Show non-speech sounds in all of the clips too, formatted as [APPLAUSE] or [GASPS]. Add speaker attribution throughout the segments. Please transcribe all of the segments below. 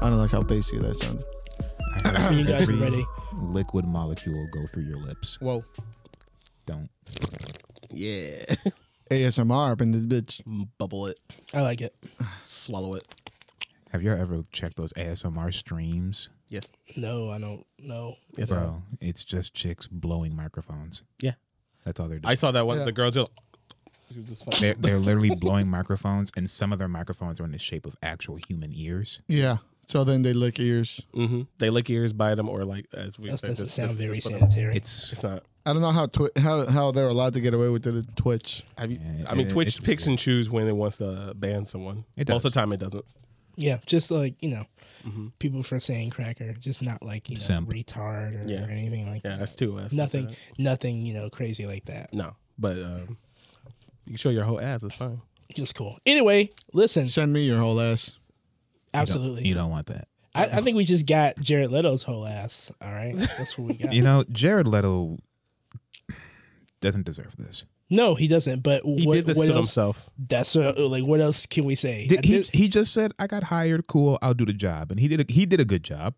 Speaker 1: I don't like how bassy that sounded.
Speaker 2: I had
Speaker 3: [LAUGHS] You guys are
Speaker 2: every
Speaker 3: ready.
Speaker 2: Liquid molecule go through your lips.
Speaker 1: Whoa.
Speaker 2: Don't.
Speaker 3: Yeah. [LAUGHS]
Speaker 1: ASMR up in this bitch.
Speaker 3: Bubble it.
Speaker 4: I like it.
Speaker 3: Swallow it.
Speaker 2: Have you ever checked those ASMR streams?
Speaker 3: Yes.
Speaker 4: No, I don't. No.
Speaker 3: Yes, I have.
Speaker 2: Bro, it's just chicks blowing microphones.
Speaker 3: Yeah.
Speaker 2: That's all they're
Speaker 3: I
Speaker 2: doing.
Speaker 3: saw that one.
Speaker 1: Yeah.
Speaker 3: The girls are. She was just fucking-
Speaker 2: they're, they're literally blowing microphones, and some of their microphones are in the shape of actual human ears.
Speaker 1: Yeah. So then they lick ears.
Speaker 3: Mhm. They lick ears, bite them, or like as we
Speaker 4: That Mm-hmm.
Speaker 3: said,
Speaker 4: doesn't
Speaker 3: just-
Speaker 4: sound
Speaker 3: just-
Speaker 4: very
Speaker 3: just put 'em-
Speaker 4: sanitary.
Speaker 2: It's
Speaker 3: It's not.
Speaker 1: I don't know how twi- how how they're allowed to get away with it in Twitch.
Speaker 3: Have you,
Speaker 2: Yeah,
Speaker 3: I mean,
Speaker 2: it-
Speaker 3: Twitch
Speaker 2: it's
Speaker 3: picks
Speaker 2: weird.
Speaker 3: and chooses when it wants to ban someone.
Speaker 2: It
Speaker 3: Most of the time, it doesn't.
Speaker 4: Yeah, just like, you know,
Speaker 3: Mhm.
Speaker 4: people for saying cracker, just not like, you know,
Speaker 2: Simp.
Speaker 4: retard or,
Speaker 3: Yeah.
Speaker 4: or anything like
Speaker 3: Yeah,
Speaker 4: that.
Speaker 3: that's two. That's
Speaker 4: Nothing, nothing, you know, crazy like that.
Speaker 3: No, but um, you can show your whole ass. It's fine.
Speaker 4: Just cool. Anyway, listen,
Speaker 1: Send me your whole ass.
Speaker 2: you don't-
Speaker 4: absolutely.
Speaker 2: You don't want that.
Speaker 4: I, I think we just got Jared Leto's whole ass. All right,
Speaker 2: [LAUGHS]
Speaker 4: that's what we got.
Speaker 2: You know, Jared Leto doesn't deserve this.
Speaker 4: no, he doesn't. But
Speaker 3: He
Speaker 4: what,
Speaker 3: did this
Speaker 4: what
Speaker 3: to
Speaker 4: else?
Speaker 3: himself.
Speaker 4: That's what, like what else can we say?
Speaker 2: Did
Speaker 4: I
Speaker 2: he, he just said, "I got hired. Cool, I'll do the job," and he did. A, he did a good job.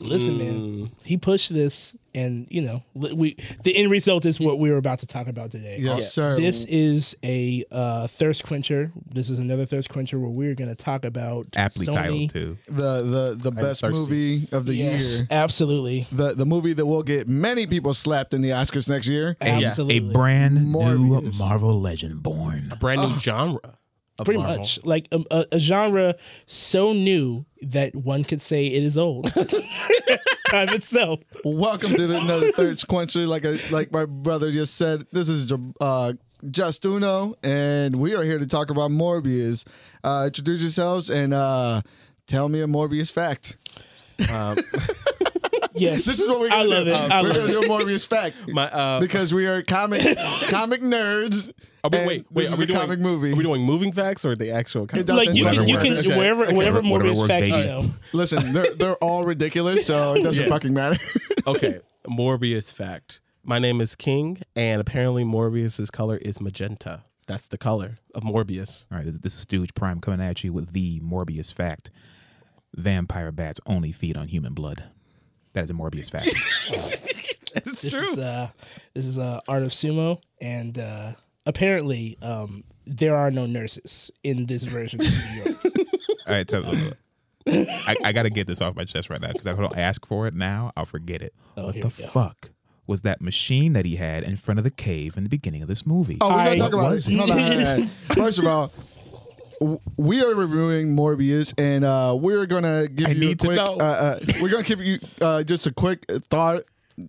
Speaker 4: listen,
Speaker 3: Mm,
Speaker 4: man. He pushed this, and you know, li- we the end result is what we were about to talk about today.
Speaker 1: Yes,
Speaker 3: Yeah.
Speaker 1: sir.
Speaker 4: This is a uh, thirst quencher. This is another thirst quencher where we're going to talk about
Speaker 2: Aptly
Speaker 4: Sony.
Speaker 2: titled too.
Speaker 1: the the the best
Speaker 3: thirsty.
Speaker 1: movie of the
Speaker 4: yes,
Speaker 1: year.
Speaker 4: absolutely,
Speaker 1: The the movie that will get many people slapped in the Oscars next year.
Speaker 4: absolutely,
Speaker 2: A brand new
Speaker 1: Morbius.
Speaker 2: Marvel legend born.
Speaker 3: Brand new genre. Of
Speaker 4: Ah, pretty
Speaker 3: Marvel.
Speaker 4: much like a, a, a genre so new that one could say it
Speaker 1: [LAUGHS]
Speaker 4: is old time itself.
Speaker 1: Welcome to the, another
Speaker 3: [LAUGHS]
Speaker 1: third quencher. Like a, like my brother just said, this is uh, Justuno, and we are here to talk about Morbius. Uh, introduce yourselves and uh, tell me a Morbius fact.
Speaker 4: Yes,
Speaker 1: This is what we're
Speaker 4: I
Speaker 1: gonna
Speaker 4: love
Speaker 1: do.
Speaker 4: it. I
Speaker 1: we're
Speaker 4: love
Speaker 1: gonna
Speaker 4: it.
Speaker 1: do a Morbius fact
Speaker 3: [LAUGHS] My uh,
Speaker 1: because we are comic
Speaker 3: [LAUGHS]
Speaker 1: comic nerds.
Speaker 3: are we-
Speaker 1: and
Speaker 3: wait, wait.
Speaker 1: this
Speaker 3: Are
Speaker 1: is
Speaker 3: we
Speaker 1: a
Speaker 3: doing
Speaker 1: comic movie?
Speaker 3: Are we doing moving facts or the actual? Kind
Speaker 1: It
Speaker 3: of,
Speaker 1: does-
Speaker 4: Like you can, you
Speaker 2: Whatever
Speaker 4: can
Speaker 2: works.
Speaker 4: wherever
Speaker 3: Okay.
Speaker 2: Whatever
Speaker 4: whatever Morbius
Speaker 2: works,
Speaker 4: fact you
Speaker 2: baby.
Speaker 4: know.
Speaker 1: Listen, they're they're all ridiculous, so it doesn't
Speaker 3: Yeah.
Speaker 1: fucking matter.
Speaker 3: okay, Morbius fact. My name is King, and apparently Morbius's color is magenta. That's the color of Morbius.
Speaker 2: All right, this- this is Stooge Prime coming at you with the Morbius fact. Vampire bats only feed on human blood. That is a Morbius fact.
Speaker 3: It's
Speaker 4: This is uh, this is uh, Art of Sumo, and uh, apparently um, there are no nurses in this version of New [LAUGHS] York.
Speaker 2: All right, so I, I got to get this off my chest right now because if I don't ask for it now, I'll forget it.
Speaker 4: Oh,
Speaker 2: what
Speaker 4: here
Speaker 2: the
Speaker 4: we go.
Speaker 2: fuck was that machine that he had in front of the cave in the beginning of this movie?
Speaker 1: [LAUGHS] Oh, we're
Speaker 4: I-
Speaker 1: gonna talk about
Speaker 2: What
Speaker 1: it.
Speaker 2: was it?
Speaker 1: Hold on, hold on, hold on. [LAUGHS] First of all, w- we are reviewing Morbius, and uh, we're gonna give
Speaker 2: I
Speaker 1: you a
Speaker 2: need to
Speaker 1: quick.
Speaker 2: know.
Speaker 1: Uh, uh, we're gonna give you uh, just a quick thought.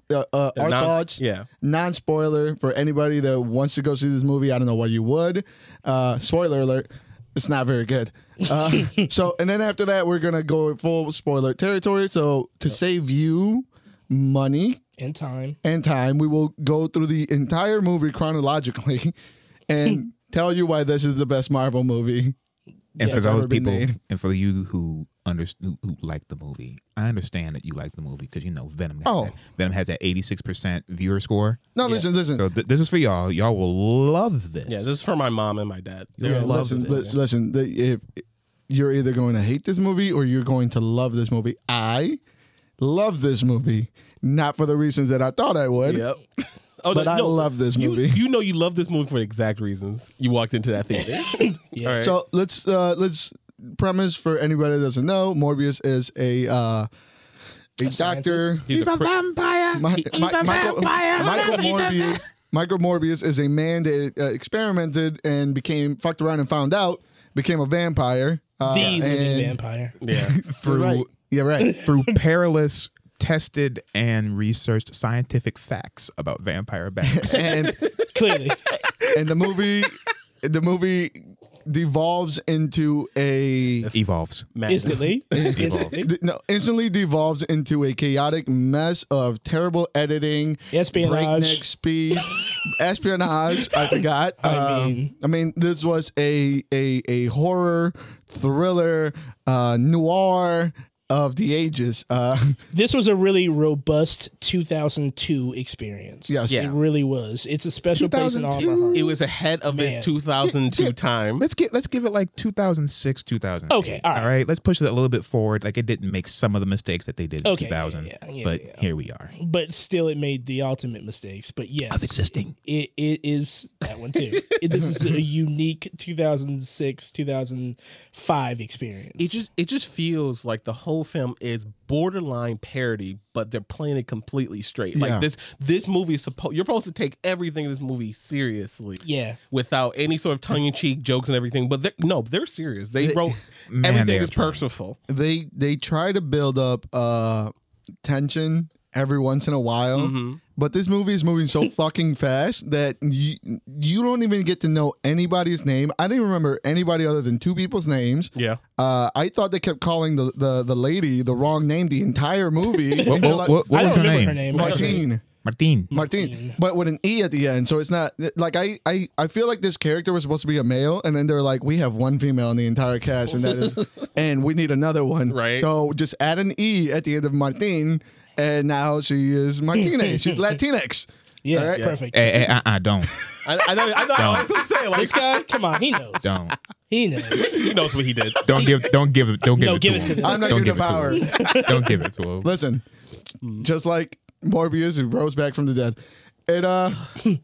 Speaker 1: Uh, uh, our
Speaker 3: non-
Speaker 1: thoughts,
Speaker 3: yeah.
Speaker 1: non spoiler for anybody that wants to go see this movie. I don't know why you would. Uh, spoiler alert, it's not very good. Uh, so, and then after that, we're gonna go full spoiler territory. So, to save you money,
Speaker 4: in time.
Speaker 1: and time, we will go through the entire movie chronologically [LAUGHS] and tell you why this is the best Marvel movie.
Speaker 2: and for
Speaker 1: it's ever
Speaker 2: those
Speaker 1: been
Speaker 2: people,
Speaker 1: made.
Speaker 2: and for you who understand who, who like the movie, I understand that you like the movie because you know Venom. has
Speaker 1: Oh.
Speaker 2: that- Venom has that eighty-six percent viewer score.
Speaker 1: No, listen, listen.
Speaker 2: So th- this is for y'all. Y'all will love this.
Speaker 3: Yeah, this is for my mom and my dad. They
Speaker 1: Yeah,
Speaker 3: love
Speaker 1: listen,
Speaker 3: this.
Speaker 1: li- listen. The, if you're either going to hate this movie or you're going to love this movie, I love this movie. Not for the reasons that I thought I would. [LAUGHS]
Speaker 3: Yep. Oh,
Speaker 1: But I love this
Speaker 3: you-
Speaker 1: movie.
Speaker 3: You know you love this movie for the exact reasons you walked into
Speaker 1: [LAUGHS]
Speaker 3: that theater. All right.
Speaker 1: So let's uh, let's premise for anybody that doesn't know. Morbius is a uh, a, doctor.
Speaker 3: he's, a, cri-
Speaker 2: vampire.
Speaker 1: Mi- Mi- Michael, Michael Morbius. Michael Morbius is a man that uh, experimented and became fucked around and found out became a vampire. Uh,
Speaker 4: The
Speaker 1: and-
Speaker 4: living vampire.
Speaker 1: [LAUGHS]
Speaker 3: yeah.
Speaker 1: You're
Speaker 2: through
Speaker 1: right. Yeah,
Speaker 4: [LAUGHS]
Speaker 1: right.
Speaker 2: through perilous, tested, and researched scientific facts about vampire
Speaker 4: [LAUGHS]
Speaker 2: bats.
Speaker 1: and
Speaker 4: Clearly,
Speaker 1: and the movie, the movie devolves into a
Speaker 2: Evolves.
Speaker 3: Madness.
Speaker 4: instantly. instantly.
Speaker 1: no instantly devolves into a chaotic mess of terrible editing, breakneck
Speaker 4: Espionage.
Speaker 1: speed, espionage. I forgot.
Speaker 4: [LAUGHS]
Speaker 1: I
Speaker 4: mean-
Speaker 1: I mean, this was a a a horror thriller, uh, noir, of the ages. Uh, [LAUGHS]
Speaker 4: This was a really robust 2002 experience.
Speaker 1: Yes.
Speaker 3: Yeah.
Speaker 4: It really was. It's a special place in all of our
Speaker 1: 2002?
Speaker 4: hearts.
Speaker 3: It was ahead of
Speaker 4: Man.
Speaker 1: [LAUGHS]
Speaker 3: its 2002 time.
Speaker 2: Let's get let's give it like 2006, 2000.
Speaker 4: Okay, all right.
Speaker 2: All right, let's push it a little bit forward. Like it didn't make some of the mistakes that they did in
Speaker 4: Okay, yeah,
Speaker 2: 2000,
Speaker 4: yeah, yeah,
Speaker 2: but
Speaker 4: yeah.
Speaker 2: here we are.
Speaker 4: but still it made the ultimate mistakes. But yes,
Speaker 2: existing.
Speaker 4: it, it is that one too. It- this
Speaker 2: [LAUGHS]
Speaker 4: is a unique 2006 2005 experience.
Speaker 3: It just it just feels like the whole film is borderline parody, but they're playing it completely straight.
Speaker 1: Yeah.
Speaker 3: Like this this movie is supposed you're supposed to take everything in this movie seriously.
Speaker 4: yeah,
Speaker 3: Without any sort of tongue in cheek jokes and everything. But they're, no, they're serious. They wrote
Speaker 2: Man, they
Speaker 3: everything
Speaker 2: are
Speaker 3: is
Speaker 2: trying.
Speaker 3: personal.
Speaker 1: they they try to build up uh, tension every once in a while, but this movie is moving so fucking fast that you you don't even get to know anybody's name. I didn't remember anybody other than two people's names.
Speaker 3: Yeah.
Speaker 1: Uh, I thought they kept calling the, the, the lady the wrong name the entire movie.
Speaker 2: [LAUGHS] What,
Speaker 1: They're
Speaker 2: what,
Speaker 1: like,
Speaker 2: what, what
Speaker 4: I
Speaker 2: was
Speaker 4: don't
Speaker 2: her
Speaker 4: remember
Speaker 2: name?
Speaker 4: her name.
Speaker 1: Martine.
Speaker 2: Martine.
Speaker 1: Martine, but with an E at the end. So it's not like I, I, I feel like this character was supposed to be a male, and then they're like, we have one female in the entire cast, and that is, and we need another one.
Speaker 3: Right.
Speaker 1: So just add an E at the end of Martine, and now she is Martinez. She's Latinx.
Speaker 4: yeah,
Speaker 1: All right.
Speaker 4: perfect.
Speaker 2: Hey, hey, uh, uh, don't,
Speaker 3: I, I know I know I was
Speaker 2: Don't.
Speaker 3: gonna say
Speaker 4: This
Speaker 3: like
Speaker 4: guy, come on, he knows.
Speaker 2: don't, [LAUGHS]
Speaker 4: He knows.
Speaker 3: he knows what he did.
Speaker 2: don't give, don't give it, don't give
Speaker 4: No,
Speaker 2: it
Speaker 4: give
Speaker 2: to
Speaker 4: it to
Speaker 2: him.
Speaker 4: them.
Speaker 1: I'm not
Speaker 2: Don't
Speaker 1: giving
Speaker 2: give
Speaker 1: a power.
Speaker 2: it to him. Don't give it to him.
Speaker 1: Listen,
Speaker 4: Mm-hmm.
Speaker 1: just like Morbius who rose back from the dead. It
Speaker 4: [LAUGHS]
Speaker 1: uh,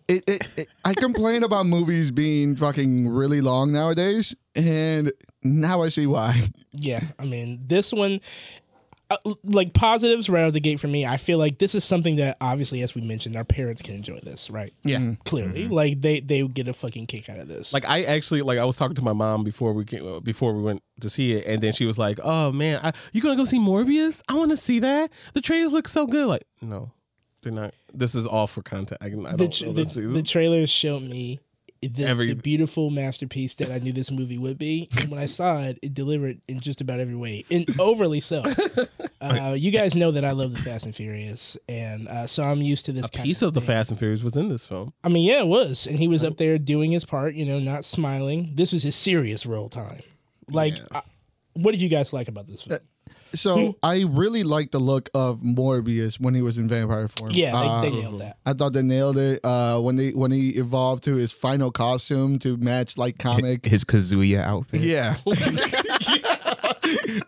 Speaker 1: it, it, it I complain about movies being fucking really long nowadays, and now I see why.
Speaker 4: Yeah, I mean, this one, uh, like positives right out of the gate for me. I feel like this is something that obviously, as we mentioned, our parents can enjoy this, right?
Speaker 3: Yeah.
Speaker 1: Mm.
Speaker 4: Clearly,
Speaker 2: Mm-hmm.
Speaker 4: like they they would get a fucking kick out of this.
Speaker 3: Like I actually like I was talking to my mom before we came, before we went to see it, and then she was like, "Oh man, I, you gonna go see Morbius? I want to see that. The trailers look so good." Like, no, they're not. This is all for content. I, can- I
Speaker 4: the
Speaker 3: don't.
Speaker 4: tr
Speaker 3: know
Speaker 4: the,
Speaker 3: this is-
Speaker 4: the trailer showed me the,
Speaker 3: Every-
Speaker 4: the beautiful masterpiece that I knew this movie would be, and when I saw it, it delivered in just about every way, and overly so. Uh, you guys know that I love the Fast and Furious, and uh, so I'm used to this.
Speaker 3: a
Speaker 4: kind
Speaker 3: piece of the
Speaker 4: thing.
Speaker 3: Fast and Furious was in this film.
Speaker 4: I mean, yeah, it was, and he was up there doing his part, you know, not smiling. This was his serious role time. Like, I- what did you guys like about this film? Mm.
Speaker 1: So I really liked the look of Morbius when he was in vampire form.
Speaker 4: yeah, they,
Speaker 1: Uh,
Speaker 4: they nailed that.
Speaker 1: I thought they nailed it uh, when they when he evolved to his final costume to match like comic.
Speaker 2: His Kazuya outfit.
Speaker 1: yeah. [LAUGHS]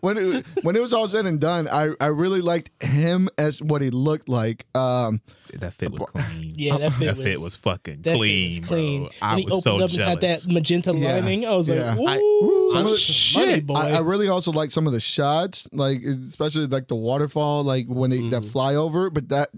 Speaker 1: when it, when it was all said and done, I, I really liked him as what he looked like. Um,
Speaker 2: That fit was clean.
Speaker 4: Yeah, that fit
Speaker 2: that
Speaker 4: was-
Speaker 2: fit was fucking
Speaker 4: That
Speaker 2: clean,
Speaker 4: thing was clean.
Speaker 2: bro.
Speaker 4: And
Speaker 2: I
Speaker 4: he
Speaker 2: was
Speaker 4: opened
Speaker 2: so
Speaker 4: up
Speaker 2: jealous.
Speaker 4: and had that magenta
Speaker 1: Yeah.
Speaker 4: lining. I was
Speaker 1: Yeah.
Speaker 4: like,
Speaker 1: I-
Speaker 4: ooh,
Speaker 1: some of the-
Speaker 4: some money, boy.
Speaker 1: I, I really also liked some of the shots, like especially like the waterfall, like when they that flyover. But that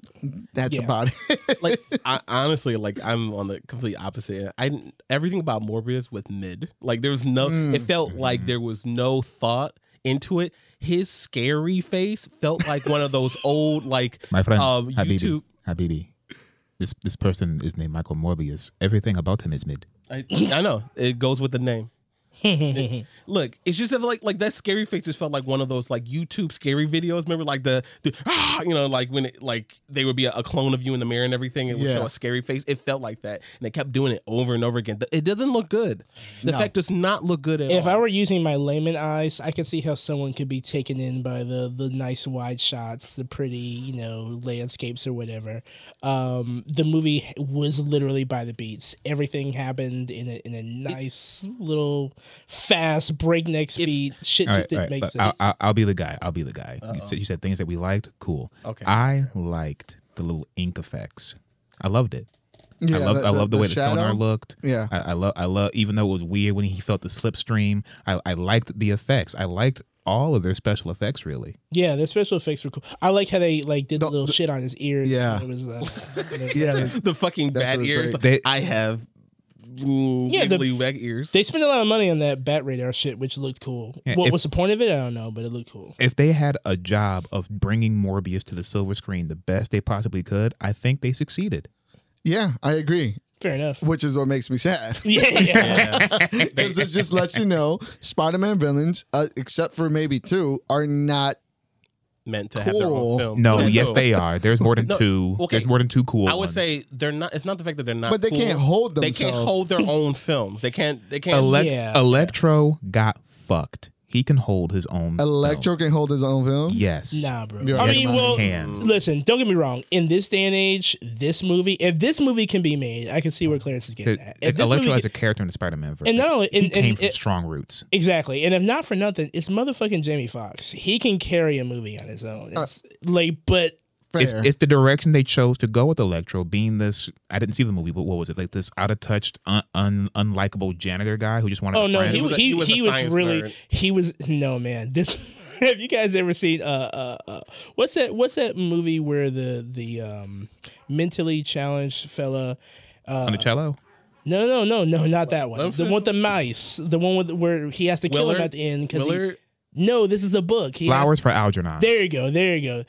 Speaker 1: that's
Speaker 4: Yeah.
Speaker 1: about it. [LAUGHS]
Speaker 3: Like I, honestly, like I'm on the complete opposite. end. I didn't- everything about Morbius was mid. Like there was no. It
Speaker 4: Mm.
Speaker 3: felt
Speaker 2: Mm.
Speaker 3: like there was no thought into it. His scary face felt like one of those old like
Speaker 2: My friend,
Speaker 3: um,
Speaker 2: Habibi,
Speaker 3: YouTube.
Speaker 2: Habibi, this this person is named Michael Morbius. Everything about him is mid.
Speaker 3: I, I know it goes with
Speaker 1: [LAUGHS]
Speaker 3: the name. It- look, it's just that, like like that scary face just felt like one of those like YouTube scary videos. Remember, like the, the ah, you know, like when it, like they would be a, a clone of you in the mirror and everything. It would
Speaker 1: Yeah.
Speaker 3: show a scary face. It felt like that, and they kept doing it over and over again. The- It doesn't look good. The effect does not look good at
Speaker 4: if
Speaker 3: all.
Speaker 4: I were using my layman eyes, I could see how someone could be taken in by the the nice wide shots, the pretty you know landscapes or whatever. Um, the movie was literally by the beats. Everything happened in a, in a nice little fast breakneck speed. Shit
Speaker 2: All
Speaker 4: just
Speaker 2: right, all
Speaker 4: didn't
Speaker 2: right.
Speaker 4: make
Speaker 2: but
Speaker 4: sense.
Speaker 2: I'll, I'll, I'll be the guy. I'll be the guy. You said, you said things that we liked. Cool.
Speaker 3: Okay.
Speaker 2: I liked the little ink effects. I loved it.
Speaker 1: Yeah,
Speaker 2: I love I love the, way the sonar
Speaker 1: shadow.
Speaker 2: looked.
Speaker 1: Yeah.
Speaker 2: I, I love I love even though it was weird when he felt the slipstream. I, I liked the effects. I liked all of their special effects really.
Speaker 4: yeah, the special effects were cool. I like how they like did the little shit on his ears.
Speaker 1: Yeah.
Speaker 4: it was. Uh,
Speaker 3: [LAUGHS]
Speaker 1: Yeah,
Speaker 3: the fucking bat
Speaker 1: really
Speaker 3: ears.
Speaker 1: great.
Speaker 2: They-
Speaker 3: I have mm,
Speaker 4: Yeah, the-
Speaker 3: wiggly wag ears.
Speaker 4: They spent a lot of money on that bat radar shit, which looked cool.
Speaker 2: Yeah,
Speaker 4: what
Speaker 2: if-
Speaker 4: was the point of it? I don't know, but it looked cool.
Speaker 2: If they had a job of bringing Morbius to the silver screen the best they possibly could, I think they succeeded.
Speaker 1: yeah, I agree.
Speaker 4: Fair enough. [LAUGHS]
Speaker 1: Which is what makes me sad.
Speaker 4: Yeah, yeah.
Speaker 1: [LAUGHS] Because it just lets you know Spider-Man villains, uh, except for maybe two, are not.
Speaker 3: meant to have their
Speaker 1: Cool.
Speaker 3: own film.
Speaker 2: No,
Speaker 3: Yeah,
Speaker 2: yes they are. There's more
Speaker 4: [LAUGHS]
Speaker 2: than
Speaker 3: No,
Speaker 2: two.
Speaker 3: okay.
Speaker 2: There's more than two cool.
Speaker 3: I would
Speaker 2: ones.
Speaker 3: say they're not. It's not the fact that they're not.
Speaker 1: But they
Speaker 3: cool.
Speaker 1: can't hold
Speaker 3: They can't
Speaker 1: themselves.
Speaker 3: hold their own films. They can't. They can't.
Speaker 2: Elec-
Speaker 4: Yeah.
Speaker 2: Electro got fucked. he can hold his own. film.
Speaker 1: Electro can hold his own film.
Speaker 2: Yes.
Speaker 4: Nah, bro.
Speaker 1: You're
Speaker 4: I
Speaker 1: right.
Speaker 4: mean,
Speaker 2: Yes,
Speaker 4: well,
Speaker 2: he can.
Speaker 4: listen. Don't get me wrong. In this day and age, this movie, if this movie can be made, I can see where Clarence is getting at. If
Speaker 2: If
Speaker 4: this movie
Speaker 2: Electro
Speaker 4: can-
Speaker 2: as a character in the Spider-Man version,
Speaker 4: And not only-
Speaker 2: he
Speaker 4: and-
Speaker 2: came
Speaker 4: and
Speaker 2: from
Speaker 4: it-
Speaker 2: strong roots.
Speaker 4: Exactly. And if not for nothing, it's motherfucking Jamie Foxx. He can carry a movie on his own.
Speaker 3: Uh,
Speaker 4: It's like but
Speaker 1: Fair.
Speaker 2: It's, it's the direction they chose to go with Electro, being this. I didn't see the movie, but what was it like? This out of touch, un, un, unlikable janitor guy who just wanted.
Speaker 4: Oh
Speaker 2: a
Speaker 4: no,
Speaker 2: friend.
Speaker 4: he,
Speaker 3: was
Speaker 4: was
Speaker 3: a-
Speaker 4: he,
Speaker 3: he
Speaker 4: he
Speaker 3: was
Speaker 4: was,
Speaker 3: a science
Speaker 4: really
Speaker 3: nerd.
Speaker 4: he was no man. This [LAUGHS] have you guys ever seen uh, uh uh what's that what's that movie where the the um mentally challenged fella
Speaker 2: on the cello.
Speaker 4: no no no no not that one the
Speaker 3: Wilfred?
Speaker 4: one with the mice the one with where he has to kill
Speaker 3: Willard?
Speaker 4: him at the end because
Speaker 3: Willard,
Speaker 4: no this is a book he has-
Speaker 2: Flowers for Algernon.
Speaker 4: there you go there you go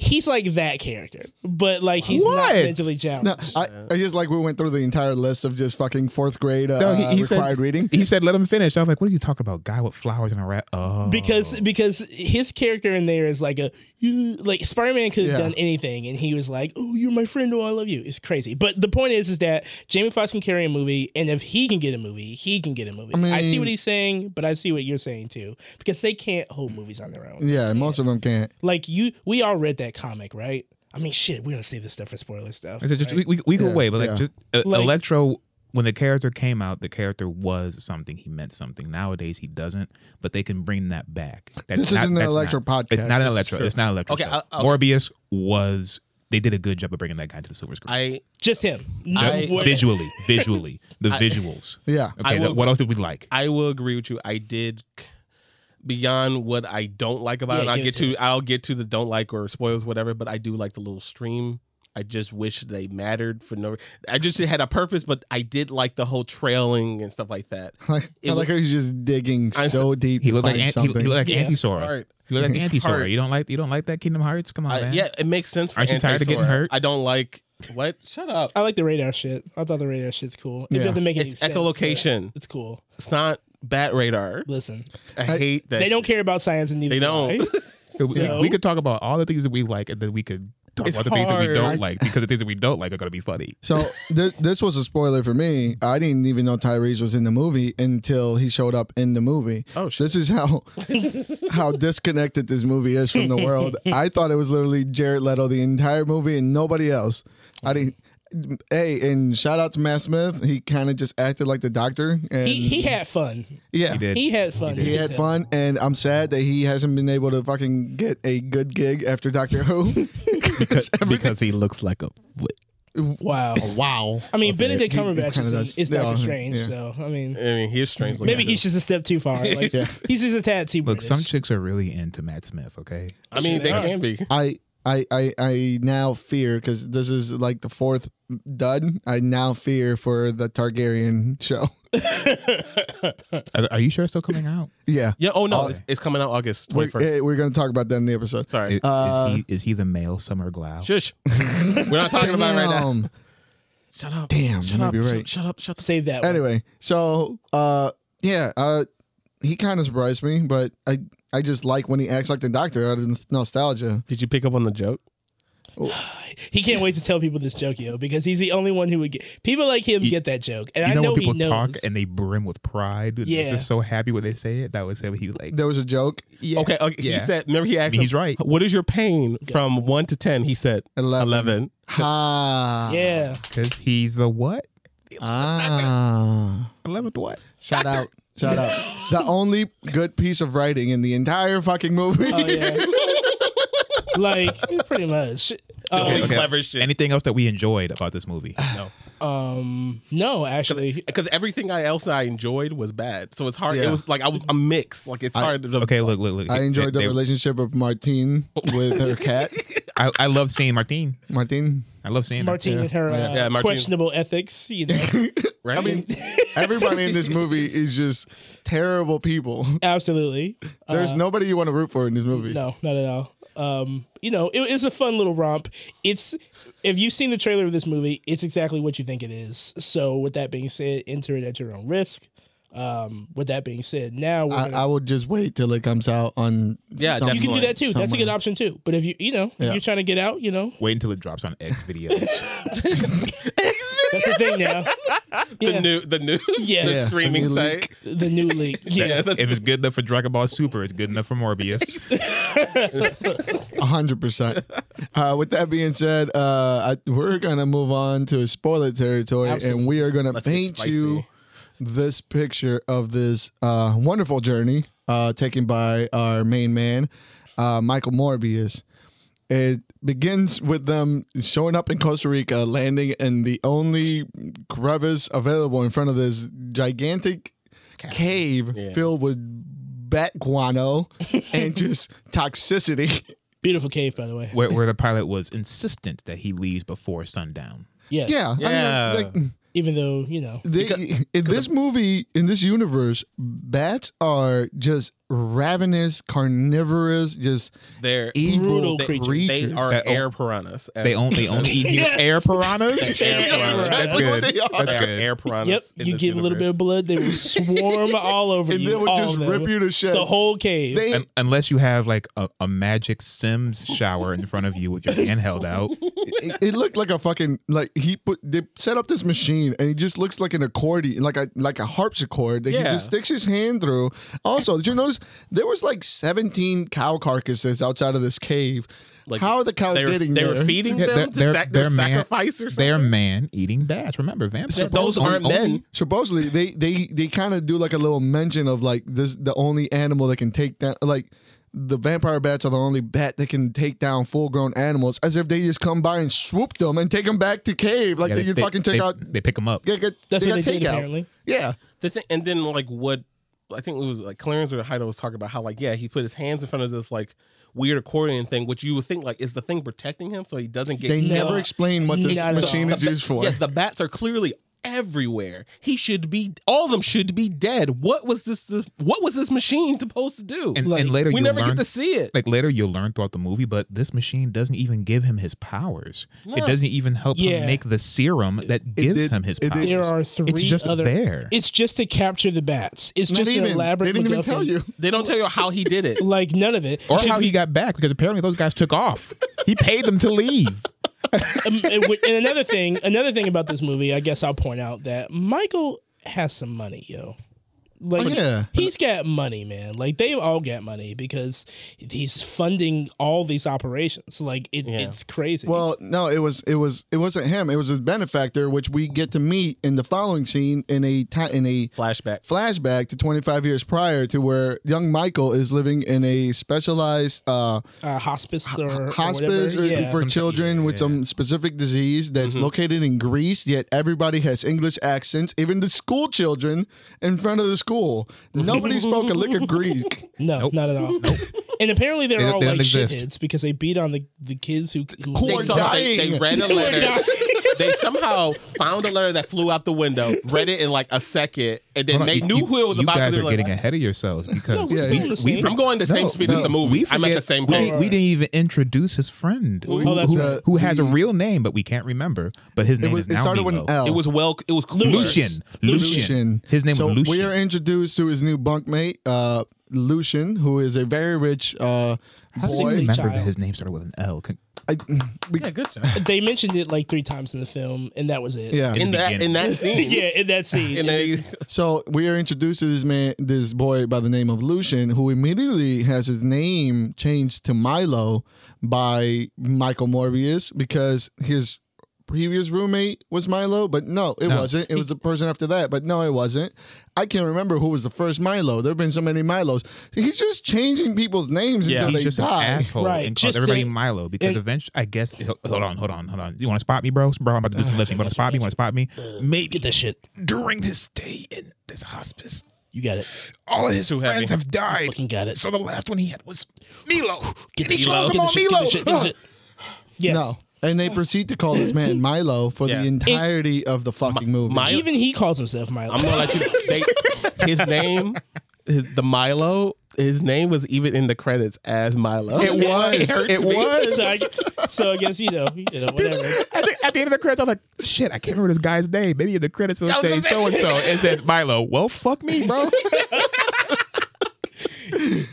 Speaker 4: he's like that character but like he's
Speaker 2: What?
Speaker 4: not mentally challenged
Speaker 1: No, I, I just like we went through the entire list of just fucking fourth grade uh,
Speaker 2: No, he- he said-
Speaker 1: required reading.
Speaker 2: He said, "Let him finish." I was like, "What are you talking about, guy with flowers and a rat?" Oh,
Speaker 4: because because his character in there is like a you like Spider Man could have
Speaker 1: Yeah.
Speaker 4: done anything and he was like oh you're my friend oh I love you it's crazy but the point is is that Jamie Foxx can carry a movie and if he can get a movie he can get a movie I, see
Speaker 1: mean-
Speaker 4: what he's saying but I see what you're saying too because they can't hold movies on their own
Speaker 1: Yeah, most of them can't.
Speaker 4: like you we all read that comic right I mean shit we're gonna save this stuff for spoiler stuff
Speaker 2: I said, just,
Speaker 4: right?
Speaker 2: we, we, we go
Speaker 1: Yeah,
Speaker 2: away, but like,
Speaker 1: yeah.
Speaker 2: just uh,
Speaker 4: Like-
Speaker 2: Electro, when the character came out, the character was something. He meant something. Nowadays, he doesn't, but they can bring that back. That's
Speaker 1: This isn't an Electro
Speaker 2: not-
Speaker 1: podcast.
Speaker 2: It's not an
Speaker 1: This is
Speaker 2: Electro.
Speaker 3: true.
Speaker 2: It's not an Electro.
Speaker 3: Okay,
Speaker 2: show.
Speaker 3: I- I'll-
Speaker 2: Morbius was. They did a good job of bringing that guy to the silver screen.
Speaker 3: I
Speaker 4: just him no,
Speaker 3: I-
Speaker 2: Ju-
Speaker 4: what-
Speaker 2: visually, visually,
Speaker 3: [LAUGHS]
Speaker 2: the visuals.
Speaker 1: Yeah. [LAUGHS]
Speaker 2: Okay,
Speaker 3: I will-
Speaker 2: what else did we like?
Speaker 3: I will agree with you. I did beyond what I don't like about
Speaker 4: Yeah,
Speaker 3: it. and I'll
Speaker 4: give it
Speaker 3: get
Speaker 4: to
Speaker 3: to
Speaker 4: us.
Speaker 3: I'll get to the don't like or spoilers whatever, but I do like the little stream. I just wish they mattered for no. I just it had a purpose, but I did like the whole trailing and stuff like that.
Speaker 1: Like,
Speaker 3: It
Speaker 1: I like
Speaker 3: was-
Speaker 1: how he's just digging
Speaker 3: I
Speaker 1: so deep.
Speaker 2: He
Speaker 1: to
Speaker 2: looked like
Speaker 1: find
Speaker 2: an, he,
Speaker 1: something.
Speaker 2: he looked like
Speaker 4: Yeah.
Speaker 2: anti Sora.
Speaker 3: Heart.
Speaker 2: He looked like anti Sora.
Speaker 3: Heart.
Speaker 2: You don't like you don't like that Kingdom Hearts? Come on,
Speaker 3: I-
Speaker 2: man.
Speaker 3: yeah, it makes sense. For
Speaker 2: Aren't you tired of getting
Speaker 3: Anti-Sora.
Speaker 2: hurt?
Speaker 3: I don't like what.
Speaker 4: [LAUGHS]
Speaker 3: Shut up.
Speaker 4: I like the radar shit I thought the radar shit's cool it
Speaker 1: Yeah.
Speaker 4: doesn't make any
Speaker 3: It's
Speaker 4: sense but
Speaker 3: echolocation.
Speaker 4: it's cool
Speaker 3: It's not bat radar.
Speaker 4: listen
Speaker 3: I, hate that.
Speaker 4: they don't
Speaker 3: shit.
Speaker 4: care about science and neither
Speaker 3: They
Speaker 4: do
Speaker 3: don't.
Speaker 4: I.
Speaker 2: So we-
Speaker 4: So-
Speaker 2: we could talk about all the things that we like, and then we could talk
Speaker 3: It's
Speaker 2: about the things that we
Speaker 3: hard.
Speaker 2: don't
Speaker 1: I-
Speaker 2: like because the things that we don't like are going to be funny.
Speaker 1: So this this was a spoiler for me. I didn't even know Tyrese was in the movie until he showed up in the movie.
Speaker 3: Oh, shit.
Speaker 1: This is how [LAUGHS] how disconnected this movie is from the world. I thought it was literally Jared Leto the entire movie and nobody else. I didn't. Hey, and shout out to Matt Smith. He kind of just acted like the doctor, and
Speaker 4: [LAUGHS] He, he had fun.
Speaker 1: yeah,
Speaker 2: He did.
Speaker 4: He had fun.
Speaker 1: He had fun, and I'm sad that he hasn't been able to fucking get a good gig after Doctor Who.
Speaker 2: [LAUGHS] because,
Speaker 1: [LAUGHS] everything-
Speaker 2: he looks like a
Speaker 4: Wow.
Speaker 2: wow.
Speaker 4: I mean, Benedict Cumberbatch
Speaker 1: kinda
Speaker 4: is,
Speaker 1: does.
Speaker 4: in- is
Speaker 1: They all-
Speaker 4: Doctor Strange,
Speaker 1: yeah.
Speaker 4: so I mean,
Speaker 3: I mean, he's strange.
Speaker 4: maybe he's just a step too far. Like he's just a tad too
Speaker 2: Look,
Speaker 4: British.
Speaker 2: some chicks are really into Matt Smith. Okay,
Speaker 3: I mean, they can be.
Speaker 1: I I I, I now fear because this is like the fourth dud. I now fear for the Targaryen show. [LAUGHS]
Speaker 2: are, are you sure it's still coming out?
Speaker 1: Yeah,
Speaker 3: Yeah. Oh no, it's, it's coming out August
Speaker 1: we're,
Speaker 3: twenty first.
Speaker 1: eh, we're gonna talk about that in the
Speaker 3: [LAUGHS]
Speaker 1: episode.
Speaker 2: I- [LAUGHS] Is,
Speaker 3: Sorry.
Speaker 1: Uh,
Speaker 2: he, is he the male Summer Glau?
Speaker 1: [LAUGHS]
Speaker 3: Shush. We're not talking about it right now.
Speaker 1: oh. Damn.
Speaker 3: Shut up.
Speaker 1: Damn,
Speaker 3: Shut
Speaker 1: you
Speaker 3: up.
Speaker 1: may be
Speaker 3: shut-
Speaker 1: right.
Speaker 3: Shut, up. Shut the.
Speaker 4: Save that. one.
Speaker 1: Anyway, so uh, yeah, uh, he kind of surprised me, but I I just like when he acts like the Doctor out of n- nostalgia.
Speaker 3: Did you pick up on the joke?
Speaker 4: he can't wait to tell people this joke, yo, because he's the only one who would get people like him
Speaker 2: You-
Speaker 4: get that joke, and
Speaker 2: You know,
Speaker 4: I know
Speaker 2: when people
Speaker 4: he knows.
Speaker 2: talk and they brim with pride. and
Speaker 4: Yeah.
Speaker 2: they're just so happy when they say it. That was him. He was like,
Speaker 1: There was a joke.
Speaker 2: yeah,
Speaker 3: Okay. okay
Speaker 2: yeah.
Speaker 3: He said. Remember, he asked.
Speaker 2: mean, he's
Speaker 3: him,
Speaker 2: right.
Speaker 3: What is your pain from one to ten? He said
Speaker 1: Eleven.
Speaker 3: eleven.
Speaker 1: Ha.
Speaker 4: yeah,
Speaker 2: because he's the what?
Speaker 1: Ah.
Speaker 2: Eleventh what?
Speaker 1: Shout out. Shout out. The only good piece of writing in the entire fucking movie.
Speaker 4: oh
Speaker 2: [LAUGHS]
Speaker 4: yeah, like pretty much. Um,
Speaker 3: Only clever shit.
Speaker 2: Anything else that we enjoyed about this movie?
Speaker 3: no.
Speaker 4: um, no, actually,
Speaker 3: Because everything I else I enjoyed was bad, so it's hard.
Speaker 1: Yeah.
Speaker 3: It was like I was a mix. Like it's hard. to,
Speaker 2: Okay, look, look, look.
Speaker 1: I
Speaker 2: They-
Speaker 1: enjoyed the
Speaker 2: they-
Speaker 1: relationship of Martine with
Speaker 3: [LAUGHS]
Speaker 1: her cat.
Speaker 2: I, I love seeing Martine.
Speaker 1: Martine.
Speaker 2: I love seeing her.
Speaker 4: Martine and her uh,
Speaker 3: Yeah, Martine.
Speaker 4: questionable ethics, you know.
Speaker 3: [LAUGHS] Right.
Speaker 1: I mean, everybody in this movie is just terrible people.
Speaker 4: Absolutely.
Speaker 1: There's nobody you want to root for in this movie.
Speaker 4: Uh, No, not at all. Um, you know, it, it's a fun little romp. It's if you've seen the trailer of this movie, it's exactly what you think it is. So, with that being said, enter it at your own risk. Um, with that being said, now we're
Speaker 1: I,
Speaker 4: gonna-
Speaker 1: I would just wait till it comes out on.
Speaker 3: Yeah,
Speaker 1: some-
Speaker 4: you can do that too. That's a good
Speaker 1: somewhere.
Speaker 4: option too. But if you, you know, if
Speaker 1: Yeah.
Speaker 3: [LAUGHS]
Speaker 4: you're trying to get out, you know,
Speaker 2: Wait until it drops on X videos.
Speaker 4: That's the thing
Speaker 1: [LAUGHS]
Speaker 4: now. Yeah.
Speaker 3: The new, the new,
Speaker 4: Yeah.
Speaker 3: the
Speaker 1: Yeah, the
Speaker 3: streaming
Speaker 1: new
Speaker 3: site.
Speaker 4: The
Speaker 1: [LAUGHS]
Speaker 4: new leak.
Speaker 3: Yeah,
Speaker 4: Yeah.
Speaker 3: the-
Speaker 2: If it's good enough for Dragon Ball Super, it's good enough for Morbius.
Speaker 1: hundred percent. Uh, with that being said, uh, I, we're gonna move on to spoiler territory,
Speaker 4: Absolutely.
Speaker 1: and we are gonna
Speaker 3: Let's get
Speaker 1: paint
Speaker 3: spicy.
Speaker 1: you this picture of this uh, wonderful journey uh, taken by our main man, uh, Michael Morbius. It begins with them showing up in Costa Rica, landing in the only crevice available in front of this gigantic cave
Speaker 3: Yeah.
Speaker 1: filled with bat guano and just toxicity. [LAUGHS]
Speaker 4: Beautiful cave, by the way.
Speaker 2: where, where the pilot was insistent that he leaves before sundown.
Speaker 4: Yes.
Speaker 1: Yeah,
Speaker 3: Yeah.
Speaker 1: I mean, like,
Speaker 4: Even though, you know.
Speaker 1: they, [LAUGHS] in this movie, in this universe, bats are just ravenous, carnivorous,
Speaker 3: [LAUGHS]
Speaker 1: just
Speaker 3: They're
Speaker 1: evil
Speaker 4: Brutal
Speaker 3: they,
Speaker 4: creatures.
Speaker 1: creatures.
Speaker 3: They are
Speaker 2: That-
Speaker 3: air piranhas.
Speaker 2: They only they
Speaker 3: [LAUGHS]
Speaker 2: only eat human- air
Speaker 1: [LAUGHS]
Speaker 2: piranhas.
Speaker 3: air piranhas.
Speaker 2: That's
Speaker 1: Exactly what
Speaker 2: good.
Speaker 1: they are.
Speaker 2: That's
Speaker 3: They are
Speaker 2: good.
Speaker 3: air piranhas.
Speaker 4: Yep.
Speaker 3: in
Speaker 4: You
Speaker 3: this
Speaker 4: give a little bit
Speaker 3: universe.
Speaker 4: of blood, they
Speaker 1: [LAUGHS]
Speaker 4: will swarm all over
Speaker 1: and
Speaker 4: you.
Speaker 1: they would
Speaker 4: all
Speaker 1: just
Speaker 4: of them.
Speaker 1: rip you to shit.
Speaker 4: The whole cave.
Speaker 1: they,
Speaker 2: Un- unless you have like a, a magic Sims shower in front of you with your hand held
Speaker 3: [LAUGHS]
Speaker 2: out.
Speaker 1: it, it looked like a fucking like he put they set up this machine and he just looks like an accordion, like a like a harpsichord that he
Speaker 3: Yeah.
Speaker 1: just sticks his hand through. Also, did you notice there was like seventeen cow carcasses outside of this cave?
Speaker 3: Like,
Speaker 1: How are the cows
Speaker 3: They were,
Speaker 1: getting
Speaker 3: they
Speaker 1: there?
Speaker 3: were feeding
Speaker 2: Yeah,
Speaker 3: them
Speaker 2: they're-
Speaker 3: to
Speaker 2: they're-
Speaker 3: sac- their
Speaker 2: they're man-
Speaker 3: sacrifice or
Speaker 2: They're
Speaker 3: something.
Speaker 2: man eating bats. Remember, vampires.
Speaker 3: Th- Those aren't men.
Speaker 1: supposedly they they they kind of do like a little mention of like this the only animal that can take down like the vampire bats are the only bat that can take down full grown animals as if they just come by and swoop them and take them back to cave like
Speaker 2: Yeah,
Speaker 1: they, can fucking take
Speaker 2: they-
Speaker 1: out
Speaker 2: They pick them up.
Speaker 1: they got,
Speaker 4: That's
Speaker 1: they
Speaker 4: what
Speaker 1: got
Speaker 4: they did,
Speaker 1: takeout.
Speaker 4: apparently.
Speaker 1: yeah
Speaker 3: The thing, and then like what I think it was like Clarence or Heido was talking about how like yeah he put his hands in front of this like weird accordion thing, which you would think like is the thing protecting him so he doesn't get
Speaker 1: they
Speaker 3: killed.
Speaker 1: never explain what this
Speaker 4: Not at
Speaker 1: machine
Speaker 4: all.
Speaker 1: is used for
Speaker 3: Yeah, the bats are clearly everywhere. He should be all of them should be dead. What was this, this what was this machine supposed to do?
Speaker 2: And,
Speaker 4: Like,
Speaker 2: and later
Speaker 3: we
Speaker 2: you'll
Speaker 3: never
Speaker 2: learn,
Speaker 3: get to see it.
Speaker 2: like later you'll learn throughout the movie, but this machine doesn't even give him his powers. It
Speaker 3: No.
Speaker 2: doesn't even help him
Speaker 4: Yeah.
Speaker 2: make the serum that gives
Speaker 1: did-
Speaker 2: him his
Speaker 1: it did-
Speaker 2: powers.
Speaker 4: There are three
Speaker 2: it's just
Speaker 4: other.
Speaker 2: there.
Speaker 4: It's just to capture the bats. It's
Speaker 1: not
Speaker 4: just an
Speaker 1: even
Speaker 4: elaborate.
Speaker 1: they didn't even
Speaker 4: MacGuffin.
Speaker 1: tell you
Speaker 3: They don't tell you how he did
Speaker 2: [LAUGHS]
Speaker 3: it.
Speaker 4: Like none of it.
Speaker 2: or
Speaker 4: Just
Speaker 2: how he got back because apparently those guys took off. He paid them to
Speaker 3: [LAUGHS]
Speaker 2: leave.
Speaker 4: um, and wi- and another thing, another thing about this movie, I guess I'll point out that Michael has some money, yo. Like
Speaker 1: Oh, yeah.
Speaker 4: he's got money, man. Like they've all got money because he's funding all these operations. Like it,
Speaker 3: Yeah.
Speaker 4: it's crazy.
Speaker 1: Well, no, it was it was it wasn't him. It was his benefactor, which we get to meet in the following scene in a ti- in a
Speaker 3: Flashback.
Speaker 1: flashback to 25 years prior to where young Michael is living in a specialized uh,
Speaker 4: uh, hospice or
Speaker 1: hospice
Speaker 4: or whatever.
Speaker 1: or-
Speaker 4: yeah.
Speaker 1: for children with some specific disease that's
Speaker 2: Mm-hmm.
Speaker 1: located in Greece, yet everybody has English accents, even the school children in front of the school. Nobody spoke a lick of
Speaker 2: [LAUGHS]
Speaker 1: Greek.
Speaker 4: no,
Speaker 2: Nope.
Speaker 4: not at all. And apparently they're
Speaker 2: They-
Speaker 4: all
Speaker 2: they don't
Speaker 4: like
Speaker 2: exist.
Speaker 4: shitheads because they beat on the, the kids who, who
Speaker 1: Who
Speaker 3: They,
Speaker 1: We're
Speaker 3: saw, they,
Speaker 1: dying.
Speaker 3: they read a letter. [LAUGHS] they somehow found a letter that flew out the window, read it in like a second, and then
Speaker 2: Hold on,
Speaker 3: they
Speaker 2: you-
Speaker 3: knew
Speaker 2: you-
Speaker 3: who it was
Speaker 2: you
Speaker 3: about.
Speaker 2: guys
Speaker 3: to
Speaker 2: are
Speaker 3: do, like,
Speaker 2: getting ahead of yourselves because
Speaker 4: we're
Speaker 1: Yeah,
Speaker 4: still
Speaker 1: you-
Speaker 4: the same.
Speaker 3: I'm going the same
Speaker 2: No,
Speaker 3: speed as the
Speaker 2: no, we
Speaker 3: movie. I'm at the
Speaker 2: forget-
Speaker 3: same
Speaker 2: we-
Speaker 3: pace.
Speaker 2: We, didn't even introduce his friend, who,
Speaker 4: Oh, that's
Speaker 2: who,
Speaker 1: right.
Speaker 2: who has a
Speaker 1: The-
Speaker 2: real name but we can't remember. But his
Speaker 1: It
Speaker 2: name
Speaker 1: was
Speaker 2: is
Speaker 1: it
Speaker 2: now
Speaker 1: started with an
Speaker 2: Milo.
Speaker 1: L.
Speaker 3: It was well. It was clueless.
Speaker 2: Lucian. Lucian. His name
Speaker 1: so
Speaker 2: was Lucian.
Speaker 1: We are introduced to his new bunkmate, uh, Lucian, who is a very rich uh,
Speaker 2: How do you
Speaker 1: boy.
Speaker 4: Boy.
Speaker 2: remember that
Speaker 4: Child.
Speaker 2: his name started with an L? Con-
Speaker 1: I, we,
Speaker 3: Yeah, good job.
Speaker 4: They mentioned it like three times in the film, and that was it.
Speaker 1: yeah.
Speaker 3: In that in that
Speaker 2: [LAUGHS]
Speaker 3: scene.
Speaker 4: yeah. In that scene,
Speaker 3: And they
Speaker 1: So we are introduced to this man, this boy by the name of Lucian, who immediately has his name changed to Milo by Michael Morbius because his previous roommate was Milo, but no, it
Speaker 2: No.
Speaker 1: wasn't. It was the person after that, but no, it wasn't. I can't remember who was the first Milo. There have been so many Milos. He's just changing people's names
Speaker 3: Yeah.
Speaker 1: until
Speaker 2: He's
Speaker 1: they
Speaker 2: just
Speaker 1: die.
Speaker 2: an asshole
Speaker 4: Right,
Speaker 2: and calls
Speaker 4: just
Speaker 2: everybody
Speaker 4: say-
Speaker 2: Milo because
Speaker 4: and-
Speaker 2: eventually, I guess. Hold on, hold on, hold on. You want to spot me, bro? Bro, I'm about to do some lifting. You want to spot me? You want to spot me? Maybe
Speaker 4: get that shit.
Speaker 2: during his stay in this hospice,
Speaker 4: You got it.
Speaker 2: all of his
Speaker 3: Too heavy.
Speaker 2: friends have died.
Speaker 4: Fucking got it.
Speaker 2: So the last one he had was Milo.
Speaker 4: Get
Speaker 2: And he calls him on
Speaker 4: shit,
Speaker 2: Milo. [LAUGHS]
Speaker 4: shit, get the shit. [GASPS] Yes.
Speaker 1: No. And they proceed to call this man Milo for
Speaker 3: Yeah.
Speaker 1: the entirety of the fucking movie.
Speaker 3: my
Speaker 4: Even he calls himself Milo.
Speaker 3: I'm
Speaker 4: [LAUGHS]
Speaker 3: gonna [LAUGHS] let you. They, his name, his, the Milo. His name was even in the credits as Milo.
Speaker 2: It was.
Speaker 3: It
Speaker 2: It,
Speaker 3: hurts me.
Speaker 2: was.
Speaker 4: [LAUGHS] so, I, so I guess you know, you know, whatever.
Speaker 2: At the, at the end of the credits, I was like, "Shit, I can't remember this guy's name." Maybe in the credits it'll
Speaker 3: I was
Speaker 2: say
Speaker 3: gonna say-
Speaker 2: so and
Speaker 4: [LAUGHS]
Speaker 2: so. It says Milo. Well, fuck me, bro.